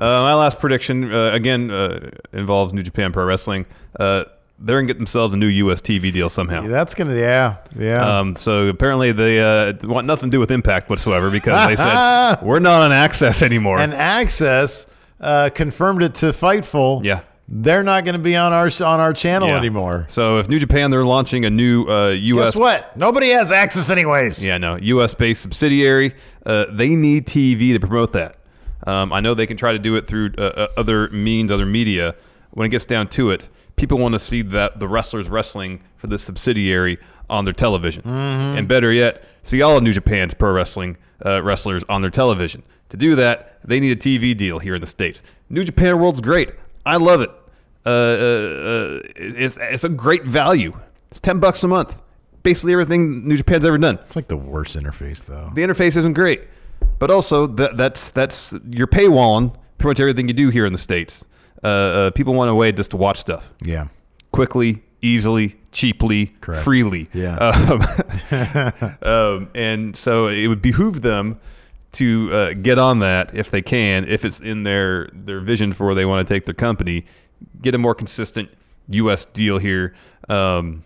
S6: my last prediction uh, again uh, involves New Japan Pro Wrestling. Uh, they're gonna get themselves a new US TV deal somehow.
S5: That's going to, yeah, yeah.
S6: Um, so apparently they uh, want nothing to do with Impact whatsoever because they said
S5: <laughs>
S6: we're not on Access anymore.
S5: and Access uh, confirmed it to Fightful.
S6: Yeah.
S5: They're not going to be on our on our channel
S6: Yeah.
S5: anymore.
S6: So if New Japan they're launching a new uh, US
S5: Guess what? Nobody has access anyways.
S6: Yeah, no, U.S. based subsidiary. Uh, they need TV to promote that. Um, I know they can try to do it through uh, uh, other means, other media. When it gets down to it, people want to see that the wrestlers wrestling for this subsidiary on their television, and better yet, see all of New Japan's pro wrestling uh, wrestlers on their television. To do that, they need a TV deal here in the states. New Japan World's great. I love it. Uh, uh, uh, it's it's a great value. It's ten bucks a month. Basically, everything New Japan's ever done
S5: It's like the worst interface though.
S6: the interface isn't great, but also that that's that's you're paywalling pretty much everything you do here in the states. Uh, uh, people want a way just to watch stuff
S5: Yeah.
S6: quickly, easily, cheaply,
S5: Correct.
S6: freely.
S5: Yeah. <laughs>
S6: Um, um, and so it would behoove them to uh, get on that if they can, if it's in their their vision for where they want to take their company, get a more consistent U.S. deal here, um,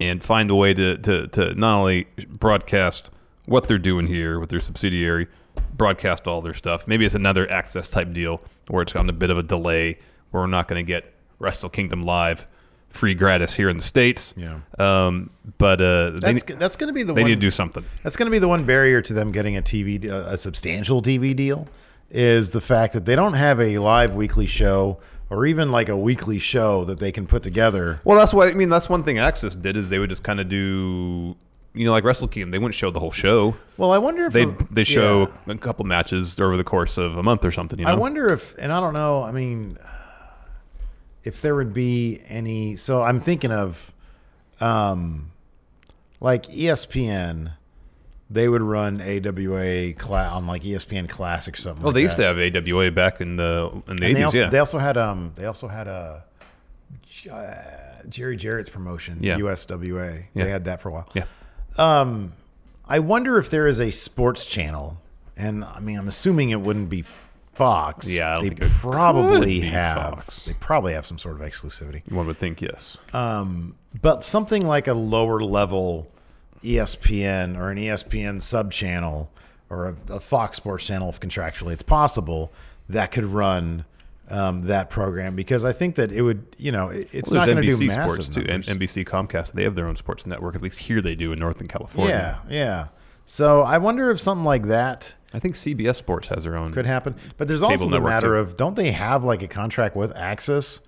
S6: and find a way to, to to not only broadcast what they're doing here with their subsidiary, broadcast all their stuff. Maybe it's another access type deal where it's on a bit of a delay where we're not going to get Wrestle Kingdom live free gratis here in the states.
S5: Yeah.
S6: Um, but uh, they,
S5: That's
S6: ne-
S5: that's going to be the
S6: they
S5: one.
S6: need to do something.
S5: That's going to be the one barrier to them getting a TV, de- uh, a substantial TV deal, is the fact that they don't have a live weekly show or even like a weekly show that they can put together.
S6: Well, that's why I mean that's one thing Access did is they would just kind of do you know like Wrestle Kingdom they wouldn't show the whole show.
S5: Well, I wonder if
S6: They
S5: a-
S6: they show
S5: yeah.
S6: a couple matches over the course of a month or something. You know?
S5: I wonder if, and I don't know. I mean, if there would be any. So I'm thinking of, um, like E ESPN. They would run AWA cla- on like E ESPN Classic or something.
S6: Well,
S5: like
S6: Oh, they
S5: that.
S6: used to have AWA back in the in the
S5: And they
S6: eighties.
S5: also,
S6: Yeah,
S5: they also had um they also had a uh, Jerry Jarrett's promotion
S6: Yeah.
S5: USWA.
S6: Yeah.
S5: They had that for a while.
S6: Yeah.
S5: Um, I wonder if there is a sports channel, and I mean I'm assuming it wouldn't be Fox.
S6: Yeah, I don't
S5: they
S6: think it could
S5: probably
S6: be
S5: have
S6: Fox.
S5: they probably have some sort of exclusivity.
S6: one would think yes.
S5: Um, but something like a lower level E ESPN or an E ESPN sub channel or a, a Fox Sports channel, if contractually it's possible, that could run um, that program because I think that it would, you know, it- it's
S6: Well,
S5: not
S6: there's
S5: going to do
S6: NBC
S5: massive
S6: sports too. M-
S5: numbers.
S6: NBC Comcast they have their own sports network. At least here they do in Northern California.
S5: yeah, yeah. So I wonder if something like that
S6: I think CBS Sports has their own.
S5: could happen. But there's
S6: Cable
S5: also the
S6: network,
S5: matter
S6: too.
S5: of don't they have like a contract with Access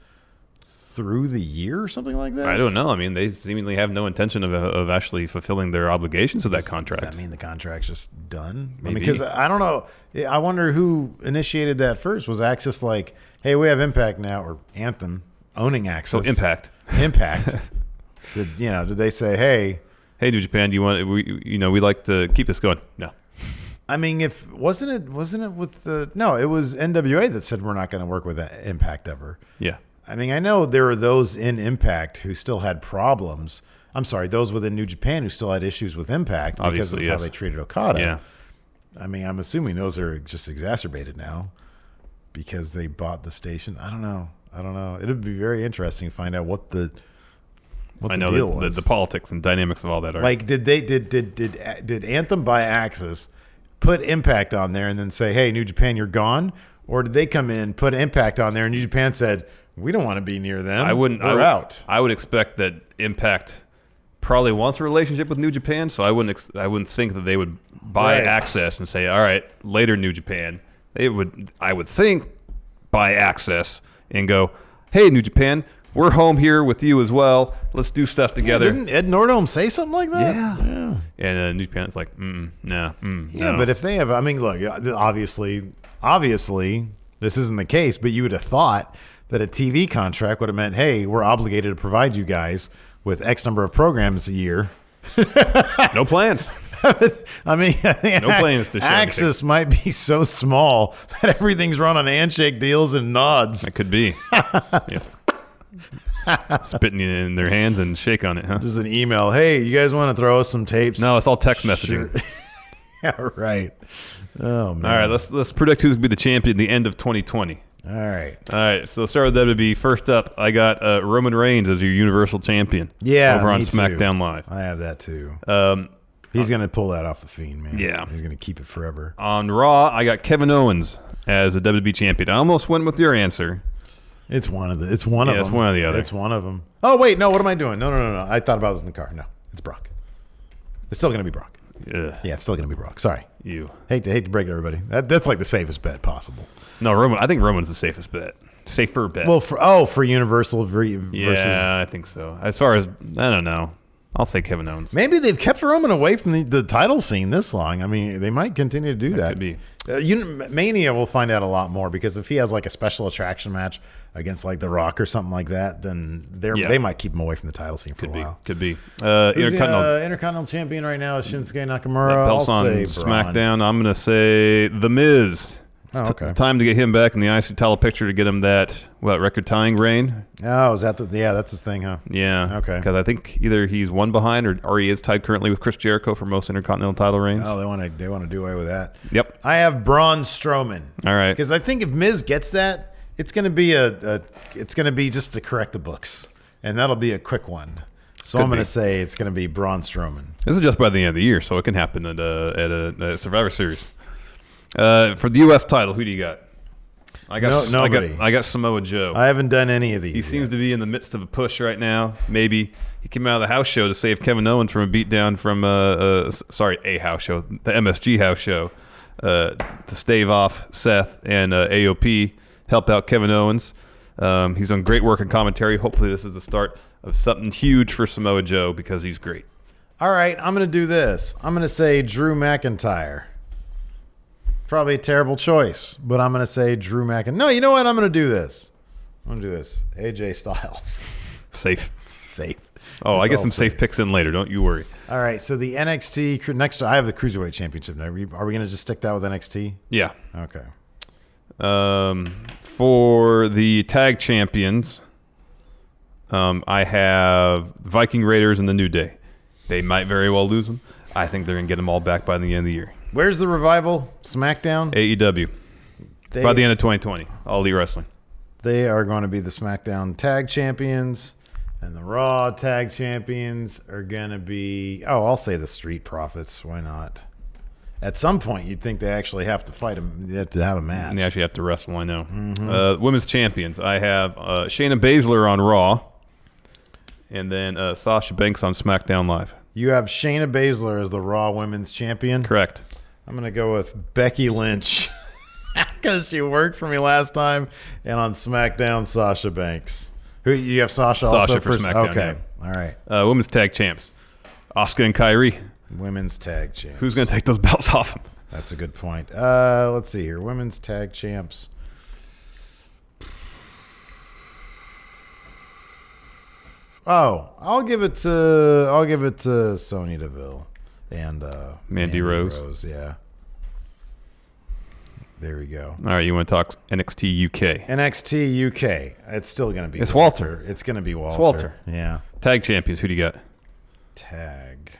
S5: through the year or something like that?
S6: I don't know. I mean, they seemingly have no intention of, of actually fulfilling their obligations of that
S5: Does
S6: contract.
S5: that mean the contract's just done? I mean,
S6: Maybe.
S5: because I don't know. I wonder who initiated that first. Was Axis like, hey, we have Impact now, or Anthem owning Axis?
S6: So Impact. <laughs>
S5: Impact. did, you know, did they say, hey,
S6: Hey, New Japan, do you want? We, you know, we like to keep this going. No,
S5: I mean, if wasn't it wasn't it with the no, it was NWA that said we're not going to work with that Impact ever.
S6: Yeah.
S5: I mean, I know there are those in Impact who still had problems. I'm sorry, those within New Japan who still had issues with Impact because of
S6: Obviously, yes.
S5: how they treated Okada.
S6: Yeah.
S5: I mean, I'm assuming those are just exacerbated now because they bought the station. I don't know. I don't know. It'd be very interesting to find out what the what
S6: I
S5: the
S6: know
S5: deal
S6: that
S5: was.
S6: the, the politics and dynamics of all that are
S5: Like, did they did did did did Anthem by Axis put Impact on there and then say, "Hey, New Japan, you're gone," or did they come in put Impact on there and New Japan said, "We don't want to be near them.
S6: I wouldn't.
S5: We're
S6: I would,
S5: out."
S6: I would expect that Impact probably wants a relationship with New Japan, so I wouldn't. Ex- I wouldn't think that they would buy
S5: Right.
S6: access and say, "All right, later New Japan." They would. I would think buy access and go, "Hey, New Japan, we're home here with you as well. Let's do stuff together."
S5: Didn't Ed Nordholm say something like that? Yeah. Yeah.
S6: and uh, New Japan's like, mm, "No, mm,
S5: Yeah,
S6: no."
S5: but if they have, I mean, look, obviously, obviously, this isn't the case. But you would have thought that a TV contract would have meant, hey, we're obligated to provide you guys with X number of programs a year. <laughs>
S6: no plans.
S5: I mean, <laughs>
S6: No plans to show
S5: Axis might be so small <laughs> that everything's run on handshake deals and nods. It <laughs>
S6: could be. yes. spitting it in their hands and shake on it, huh?
S5: Just an email. Hey, you guys want to throw us some tapes?
S6: No, it's all text messaging.
S5: <laughs> yeah, right. Oh man.
S6: All right, let's let's predict who's gonna be the champion at the end of 2020.
S5: All right.
S6: All right, so let's start with WWE. First up, I got uh, Roman Reigns as your Universal Champion.
S5: Yeah,
S6: over on
S5: me too.
S6: SmackDown Live.
S5: I have that too.
S6: Um,
S5: He's gonna pull that off the fiend, man.
S6: Yeah.
S5: he's gonna keep it forever.
S6: on Raw, I got Kevin Owens as a WWE Champion. I almost went with your answer.
S5: It's one of the. It's one of
S6: Yeah, it's
S5: them.
S6: one or the other.
S5: It's one of them. Oh wait, no. What am I doing? No, no, no, no. I thought about this in the car. No, it's Brock. It's still gonna be Brock.
S6: Yeah,
S5: yeah, it's still gonna be Brock. Sorry.
S6: You
S5: hate to hate to break it, everybody. That, that's like the safest bet possible.
S6: No, Roman. I think Roman's the safest bet, safer bet.
S5: Well, for oh, for Universal ver- versus
S6: yeah, I think so. As far as I don't know, I'll say Kevin Owens.
S5: Maybe they've kept Roman away from the, the title scene this long. I mean, they might continue to do that. Could be. Uh, you, Mania will find out a lot more because if he has like a special attraction match against like The Rock or something like that, then they are
S6: Yeah.
S5: they might keep him away from the title scene for
S6: Could
S5: a
S6: be,
S5: while.
S6: could be. Uh,
S5: Who's the,
S6: Intercontinental
S5: uh, Intercontinental champion right now is Shinsuke
S6: That
S5: Nakamura.
S6: belt's
S5: I'll
S6: on
S5: say Braun.
S6: SmackDown. I'm going to say The Miz.
S5: Oh,
S6: It's t-
S5: okay.
S6: time to get him back in the IC title picture to get him that what record tying reign.
S5: Oh, is that the yeah? That's his thing, huh?
S6: Yeah.
S5: Okay.
S6: Because I think either he's one behind or, or he is tied currently with Chris Jericho for most Intercontinental title reigns.
S5: Oh, they want to they want to do away with that.
S6: Yep.
S5: I have Braun Strowman
S6: All right.
S5: because I think if Miz gets that, it's going to be a, a it's going to be just to correct the books, and that'll be a quick one. So
S6: Could
S5: I'm going
S6: be.
S5: to say it's going to be Braun Strowman.
S6: This is just by the end of the year, so it can happen at a, at a, a Survivor Series. Uh, for the U.S. title, who do you got? I got
S5: No-
S6: S- I
S5: nobody.
S6: got I got Samoa Joe.
S5: I haven't done any of these.
S6: He seems to be in the midst of a push right now. Maybe he came out of the house show to save Kevin Owens from a beatdown from uh, uh s- sorry a house show the MSG house show uh, to stave off Seth and uh, AOP help out Kevin Owens. Um, he's done great work in commentary. Hopefully, this is the start of something huge for Samoa Joe because he's great.
S5: All right, I'm going to do this. I'm going to say Drew McIntyre. Probably a terrible choice, but I'm going to say Drew McIntyre. No, you know what? I'm going to do this. I'm going to do this. AJ Styles. <laughs>
S6: Safe.
S5: Safe.
S6: Oh, I
S5: It's
S6: get
S5: all
S6: some safe picks in later. Don't you worry.
S5: All right, so the NXT cru- next. I have the cruiserweight championship. Now, Are we, are we going to just stick that with NXT?
S6: Yeah.
S5: Okay.
S6: Um, for the tag champions, um, I have Viking Raiders and the New Day. They might very well lose them. I think they're gonna get them all back by the end of the year. E
S5: Where's the revival? SmackDown.
S6: AEW
S5: They-
S6: by the end of 2020, All Elite Wrestling.
S5: They are going to be the SmackDown Tag Champions, and the Raw Tag Champions are going to be. Oh, I'll say the Street Profits. Why not? At some point, you'd think they actually have to fight them. They have to have a match.
S6: And they actually have to wrestle. I know. Uh, women's champions. I have uh, Shayna Baszler on Raw, and then uh, Sasha Banks on SmackDown Live.
S5: You have Shayna Baszler as the Raw Women's Champion.
S6: Correct.
S5: I'm going to go with Becky Lynch <laughs> because she worked for me last time, and on SmackDown, Sasha Banks. Who you have Sasha? also
S6: Sasha for
S5: first?
S6: SmackDown,
S5: Okay,
S6: yeah.
S5: all right.
S6: Uh, women's tag champs, Oscar and Kyrie.
S5: Women's tag champs.
S6: Who's gonna take those <laughs> belts off them?
S5: That's a good point. Uh, let's see here. Women's tag champs. Oh, I'll give it to I'll give it to Sonya Deville and uh,
S6: Mandy Rose.
S5: Yeah, There we go.
S6: All right, you want to talk NXT UK?
S5: NXT UK. It's still going to be
S6: It's Walter.
S5: It's going to be Walter.
S6: It's Walter.
S5: Yeah.
S6: Tag champions. Who do you got?
S5: Tag.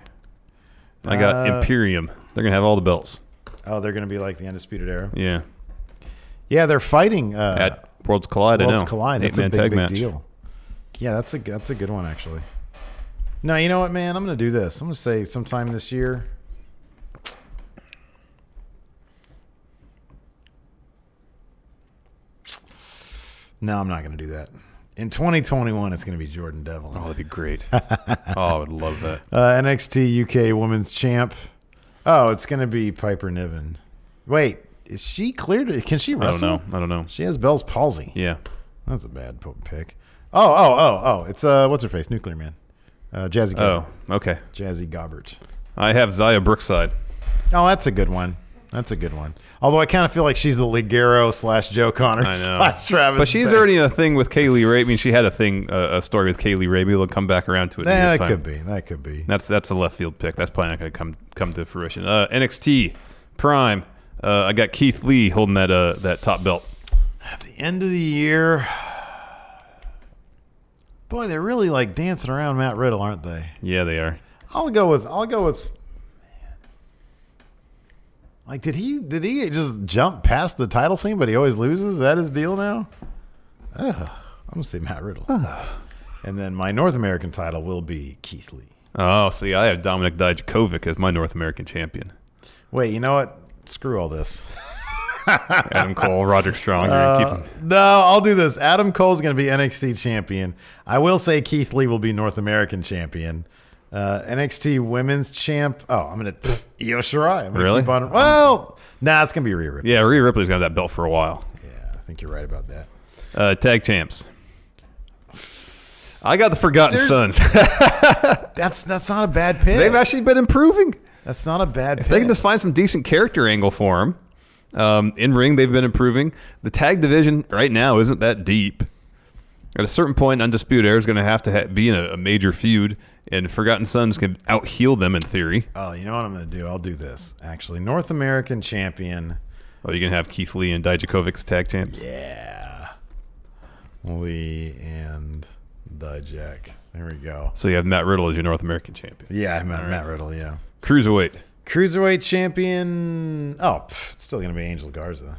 S6: I got
S5: Uh,
S6: Imperium. They're gonna have all the belts.
S5: Oh, they're going to be like the Undisputed Era.
S6: Yeah.
S5: Yeah, they're fighting uh,
S6: At Worlds Collide, I
S5: Worlds
S6: know.
S5: Collide. That's a
S6: Eight-man
S5: big,
S6: tag
S5: big
S6: match.
S5: deal. Yeah, that's a that's a good one actually. No, you know what, man? I'm going to do this. I'm going to say sometime this year. No, I'm not going to do that. In 2021, it's going to be Jordan Devlin. Oh,
S6: that'd
S5: <laughs>
S6: be great. oh, I would love that.
S5: Uh, NXT UK Women's Champ. Oh, it's going to be Piper Niven. Wait, is she cleared? Can she
S6: I don't
S5: wrestle?
S6: know. I don't know.
S5: She has Bell's palsy.
S6: Yeah.
S5: That's a bad po- pick. Oh, oh, oh, oh! It's uh, what's her face? Nuclear Man. Uh, Jazzy.
S6: Oh,
S5: Gobbert.
S6: okay.
S5: Jazzy Gobbert.
S6: I have Zaya Brookside.
S5: Oh, that's a good one. That's a good one. Although I kind of feel like she's the Ligero slash Joe Connor
S6: I know.
S5: slash Travis.
S6: But she's
S5: Banks.
S6: already in a thing with Kaylee Ray. I mean, she had a thing, uh, a story with Kaylee Ray. Maybe they'll come back around to it. in
S5: Yeah,
S6: a year's
S5: that
S6: time.
S5: could be. That could be.
S6: That's that's a left field pick. That's probably not going to come come to fruition. Uh, NXT Prime. Uh, I got Keith Lee holding that uh, that top belt.
S5: the end of the year. <sighs> Boy, they're really like dancing around Matt Riddle, aren't they?
S6: Yeah, they are.
S5: I'll go with I'll go with like did he did he just jump past the title scene but he always loses? Is that his deal now? Ugh. I'm gonna say Matt Riddle. And then my North American title will be Keith Lee.
S6: Oh, see, I have Dominic Dijakovic as my North American champion.
S5: Wait, you know what? Screw all this.
S6: Adam Cole, Roger Strong. you're gonna keep
S5: Uh,
S6: him.
S5: no, I'll do this. Adam Cole's going to be NXT champion. I will say Keith Lee will be North American champion. Uh, NXT Women's Champ. Oh, I'm going to Io Shirai. I'm gonna
S6: Really?
S5: Keep on, well, nah, it's going to be Rhea Ripley.
S6: Yeah, Rhea Ripley's gonna have that belt for a while.
S5: I think you're right about that.
S6: Uh, tag champs. I got the Forgotten
S5: There's-
S6: Sons.
S5: That's that's not a bad pick.
S6: <laughs> They've actually been improving.
S5: that's not a bad
S6: If they
S5: pick.
S6: can just find some decent character angle for him. Um, in ring, they've been improving. The tag division right now isn't that deep. At a certain point, Undisputed Era is going to have to ha- be in a, a major feud, and Forgotten Sons can out heal them in theory.
S5: oh, you know what I'm going to do? I'll do this. Actually, North American champion
S6: Oh, you can have Keith Lee and Dijakovic as tag champs.
S5: Lee and Dijak. There we go.
S6: So you have Matt Riddle as your North American champion.
S5: Yeah, I meant Matt Riddle. Yeah.
S6: Cruiserweight.
S5: Cruiserweight champion. Oh, pff, it's still going to be Angel Garza.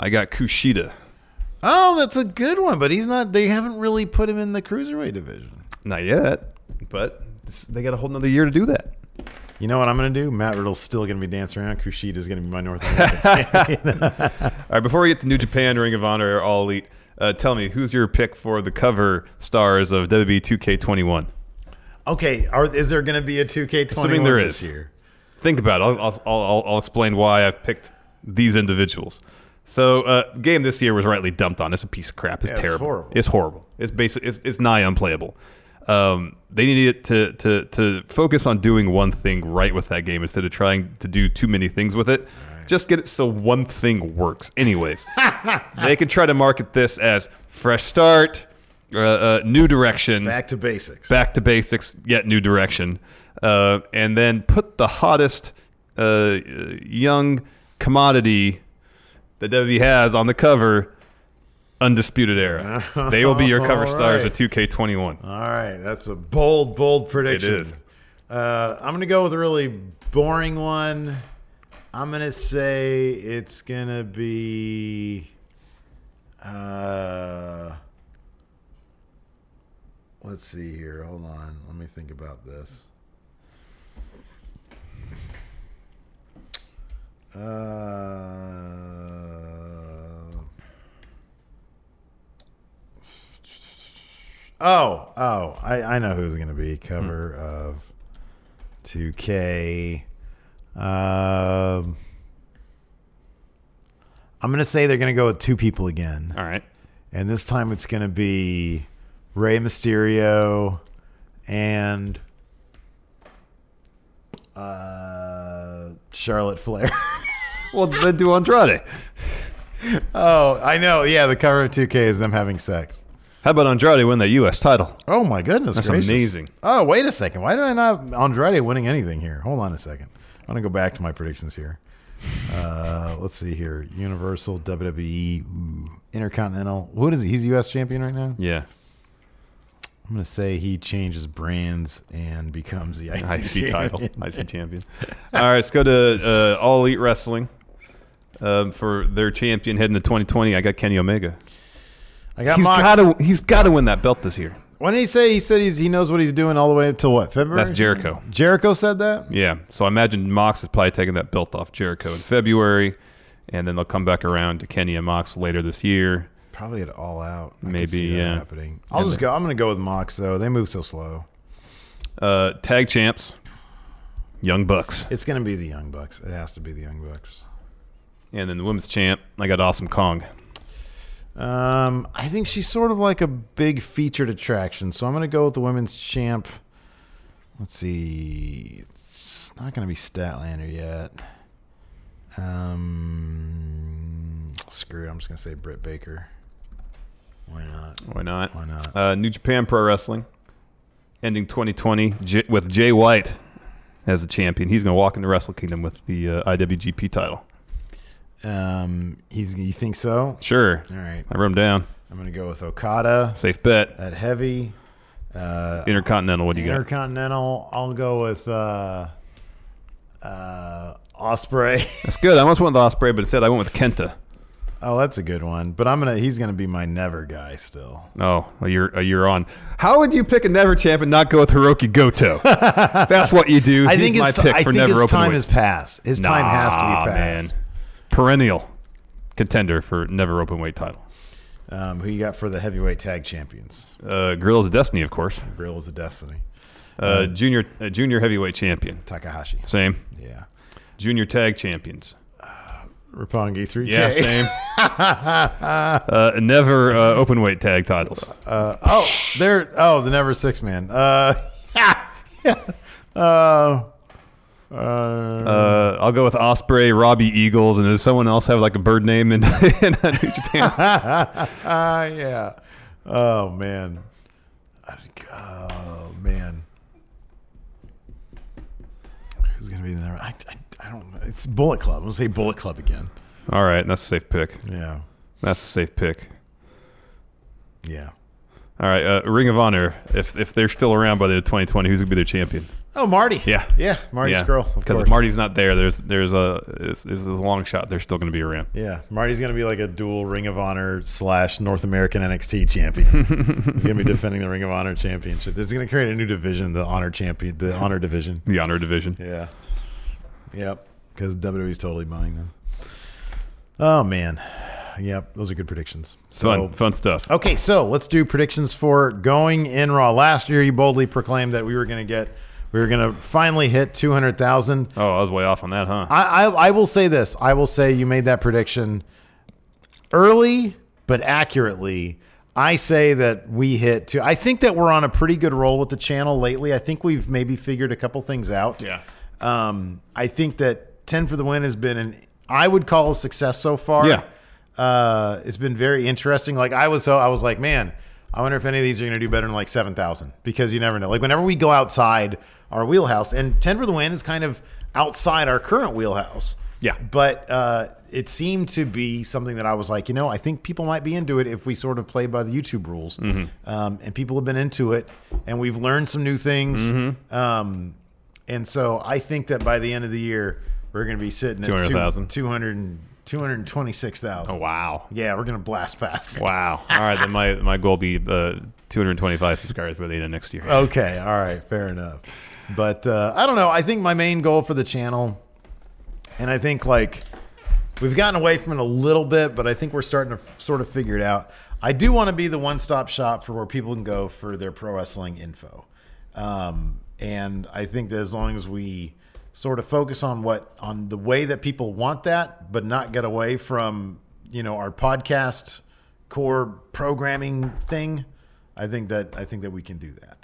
S6: I got Kushida.
S5: Oh, that's a good one, but he's not. They haven't really put him in the cruiserweight division.
S6: Not yet, but they got a whole another year to do that.
S5: You know what I'm going to do? Matt Riddle's still going to be dancing around. Kushida's going to be my North American champion.
S6: All right, before we get to New Japan, Ring of Honor, or All Elite, uh, tell me who's your pick for the cover stars of E WWE 2K21?
S5: Okay, are, is there going to be a 2K21
S6: Assuming there
S5: this
S6: is.
S5: year?
S6: Think about it. I'll, I'll, I'll, I'll explain why I've picked these individuals. So, uh, game this year was rightly dumped on. It's a piece of crap. It's
S5: Yeah, it's
S6: terrible.
S5: horrible.
S6: It's horrible. It's basic. It's, it's nigh unplayable. Um, they needed to, to to focus on doing one thing right with that game instead of trying to do too many things with it. Just get it so one thing works.
S5: <laughs>
S6: Anyways, they could try to market this as fresh start, uh, uh, new direction,
S5: Back to basics.
S6: back to basics, yet new direction, uh, and then put the hottest uh, uh, young commodity that WWE has on the cover.
S5: <laughs>
S6: Undisputed era. They will be your cover
S5: All
S6: stars
S5: right. Uh.
S6: at 2K21.
S5: All right, that's a bold, bold prediction.
S6: It is.
S5: Uh, I'm going to go with a really boring one. I'm going to say it's going to be. Uh, let's see here. Hold on. Let me think about this. Uh, Oh, oh, I, I know who's going to be cover of 2K. Um, I'm going to say they're going to go with two people again.
S6: All right.
S5: And this time it's going to be Rey Mysterio and uh, Charlotte Flair. <laughs>
S6: well, then do Andrade.
S5: oh, I know. Yeah, the cover of 2K is them having sex.
S6: How about Andrade win that U.S. title?
S5: Oh my goodness,
S6: That's
S5: gracious.
S6: amazing.
S5: Oh wait a second, why did I not Andrade winning anything here? Hold on a second. I'm gonna go back to my predictions here. Uh, <laughs> let's see here. Universal WWE ooh, Intercontinental. What is he? He's U.S. champion right now. <laughs>
S6: Yeah.
S5: I'm gonna say he changes brands and becomes
S6: <laughs>
S5: the IC,
S6: IC title,
S5: champion.
S6: IC champion. All right, let's go to uh, All Elite Wrestling um, for their champion heading to 2020. I got Kenny Omega.
S5: I got
S6: he's
S5: Mox.
S6: Gotta, he's got to win that belt this year.
S5: When did he say he said he's, he knows what he's doing all the way up to what February?
S6: That's Jericho.
S5: Jericho said that.
S6: Yeah, so I imagine Mox is probably taking that belt off Jericho in February, and then they'll come back around to Kenny and Mox later this year.
S5: Probably at all out. I could
S6: Maybe,
S5: see that
S6: yeah.
S5: happening. I'll
S6: And
S5: just go. I'm gonna go with Mox though. They move so slow.
S6: Uh, tag champs, Young Bucks,
S5: It's gonna be the Young Bucks. It has to be the Young Bucks.
S6: and then the women's champ. I got Awesome Kong.
S5: Um, I think she's sort of like a big featured attraction, so I'm gonna go with the women's champ. Let's see, it's not gonna be Statlander yet. Um, screw it. I'm just gonna say Britt Baker. Why not?
S6: Why not?
S5: Why not?
S6: Uh, New Japan Pro Wrestling, ending 2020 J- with Jay White as the champion. He's going to walk into Wrestle Kingdom with the uh, IWGP title.
S5: Um, he's you think so?
S6: Sure.
S5: All right.
S6: I wrote him down.
S5: I'm gonna go with Okada
S6: Safe bet.
S5: at heavy. Uh,
S6: Intercontinental. What do you got?
S5: Intercontinental. I'll go with uh, uh, Osprey. <laughs>
S6: That's good. I almost went with Osprey, but instead I went with Kenta.
S5: oh, that's a good one. But I'm gonna. He's gonna be my never guy still.
S6: Oh, a year, a year on. How would you pick a never champ and not go with Hiroki <laughs> Goto? That's what you do.
S5: I
S6: He's
S5: think his
S6: my
S5: ti-
S6: pick
S5: I
S6: for
S5: think
S6: never
S5: his
S6: open
S5: time
S6: weight.
S5: is past. His time has to be
S6: Nah,
S5: passed.
S6: Man. Perennial contender for never open weight title.
S5: Um, who you got for the heavyweight tag champions?
S6: Uh, Gorillas of Destiny, of course.
S5: Grills of Destiny.
S6: Uh, junior uh, junior heavyweight champion.
S5: Takahashi.
S6: Same.
S5: Yeah.
S6: Junior tag champions.
S5: Roppongi 3K.
S6: Yeah, <laughs> same. uh, never uh, open weight tag titles.
S5: Uh, <laughs> oh, they're oh the never six man. Uh, <laughs> uh, uh,
S6: Uh, I'll go with Osprey, Robbie Eagles, and does someone else have like a bird name in, <laughs> in uh, New Japan?
S5: Ah, <laughs> yeah. Oh man. Oh man. Who's gonna be there? I, I, I don't know. It's Bullet Club. I'm gonna say Bullet Club again.
S6: All right, that's a safe pick.
S5: Yeah.
S6: That's a safe pick.
S5: Yeah.
S6: All right, uh, Ring of Honor. If if they're still around by the 2020, who's gonna be their champion?
S5: Oh, Marty.
S6: Yeah,
S5: Yeah. Marty
S6: yeah.
S5: Skrull. Of
S6: Because
S5: course.
S6: if Marty's not there, there's there's a it's, it's a long shot. They're still gonna be around.
S5: Yeah. Marty's gonna be like a dual Ring of Honor slash North American NXT
S6: <laughs>
S5: champion. He's gonna be defending the Ring of Honor championship. This is gonna create a new division, the Honor champion, the Honor division.
S6: The Honor Division.
S5: Yeah. Yep. Because WWE's totally buying them. Oh man. Yep. Those are good predictions. So
S6: Fun fun stuff.
S5: okay, so let's do predictions for going in Raw. Last year, you boldly proclaimed that we were going to get, we were going to finally hit two hundred thousand.
S6: Oh, I was way off on that, huh?
S5: I, I I will say this. I will say you made that prediction early but accurately. I say that we hit two. I think that we're on a pretty good roll with the channel lately. I think we've maybe figured a couple things out.
S6: Yeah.
S5: Um, I think that 10 for the win has been an, I would call a success so far.
S6: Yeah.
S5: Uh, it's been very interesting. Like I was, so I was like, man, I wonder if any of these are going to do better than like 7,000 because you never know. Like whenever we go outside our wheelhouse and 10 for the win is kind of outside our current wheelhouse.
S6: Yeah.
S5: But uh, it seemed to be something that I was like, you know, I think people might be into it if we sort of play by the YouTube rules.
S6: Mm-hmm.
S5: Um, and people have been into it, and we've learned some new things.
S6: Mm-hmm.
S5: Um, and so I think that by the end of the year, we're going to be sitting at
S6: 200,000.
S5: 200, 226,000.
S6: Oh wow.
S5: Yeah, we're going to blast past.
S6: Wow. <laughs> All right, then my my goal be uh, 225 subscribers by the end of next year.
S5: Okay, all right, fair enough. But uh, I don't know. I think my main goal for the channel, and I think like we've gotten away from it a little bit, but I think we're starting to sort of figure it out. I do want to be the one stop shop for where people can go for their pro wrestling info. Um, and I think that as long as we sort of focus on what on the way that people want that, but not get away from you know our podcast core programming thing, I think that I think that we can do that.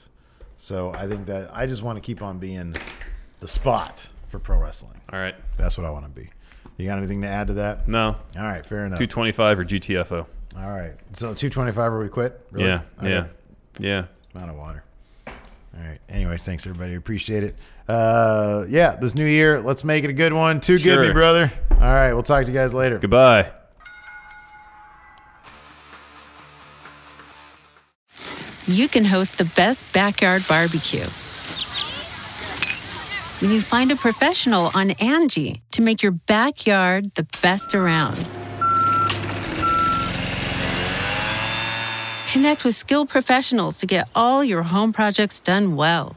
S5: So I think that I just want to keep on being the spot for pro wrestling.
S6: All right,
S5: that's what I want to be. You got anything to add to that?
S6: No.
S5: All right, fair enough.
S6: 225 or GTFO.
S5: All right, so two twenty five or we quit.
S6: Yeah, yeah, yeah.
S5: Amount of water. All right. Anyways, thanks everybody. Appreciate it. Uh, yeah, this new year, let's make it a good one. Too good,
S6: Sure.
S5: me brother. All right, we'll talk to you guys later.
S6: Goodbye.
S9: you can host the best backyard barbecue. When you find a professional on Angie to make your backyard the best around. Connect with skilled professionals to get all your home projects done well.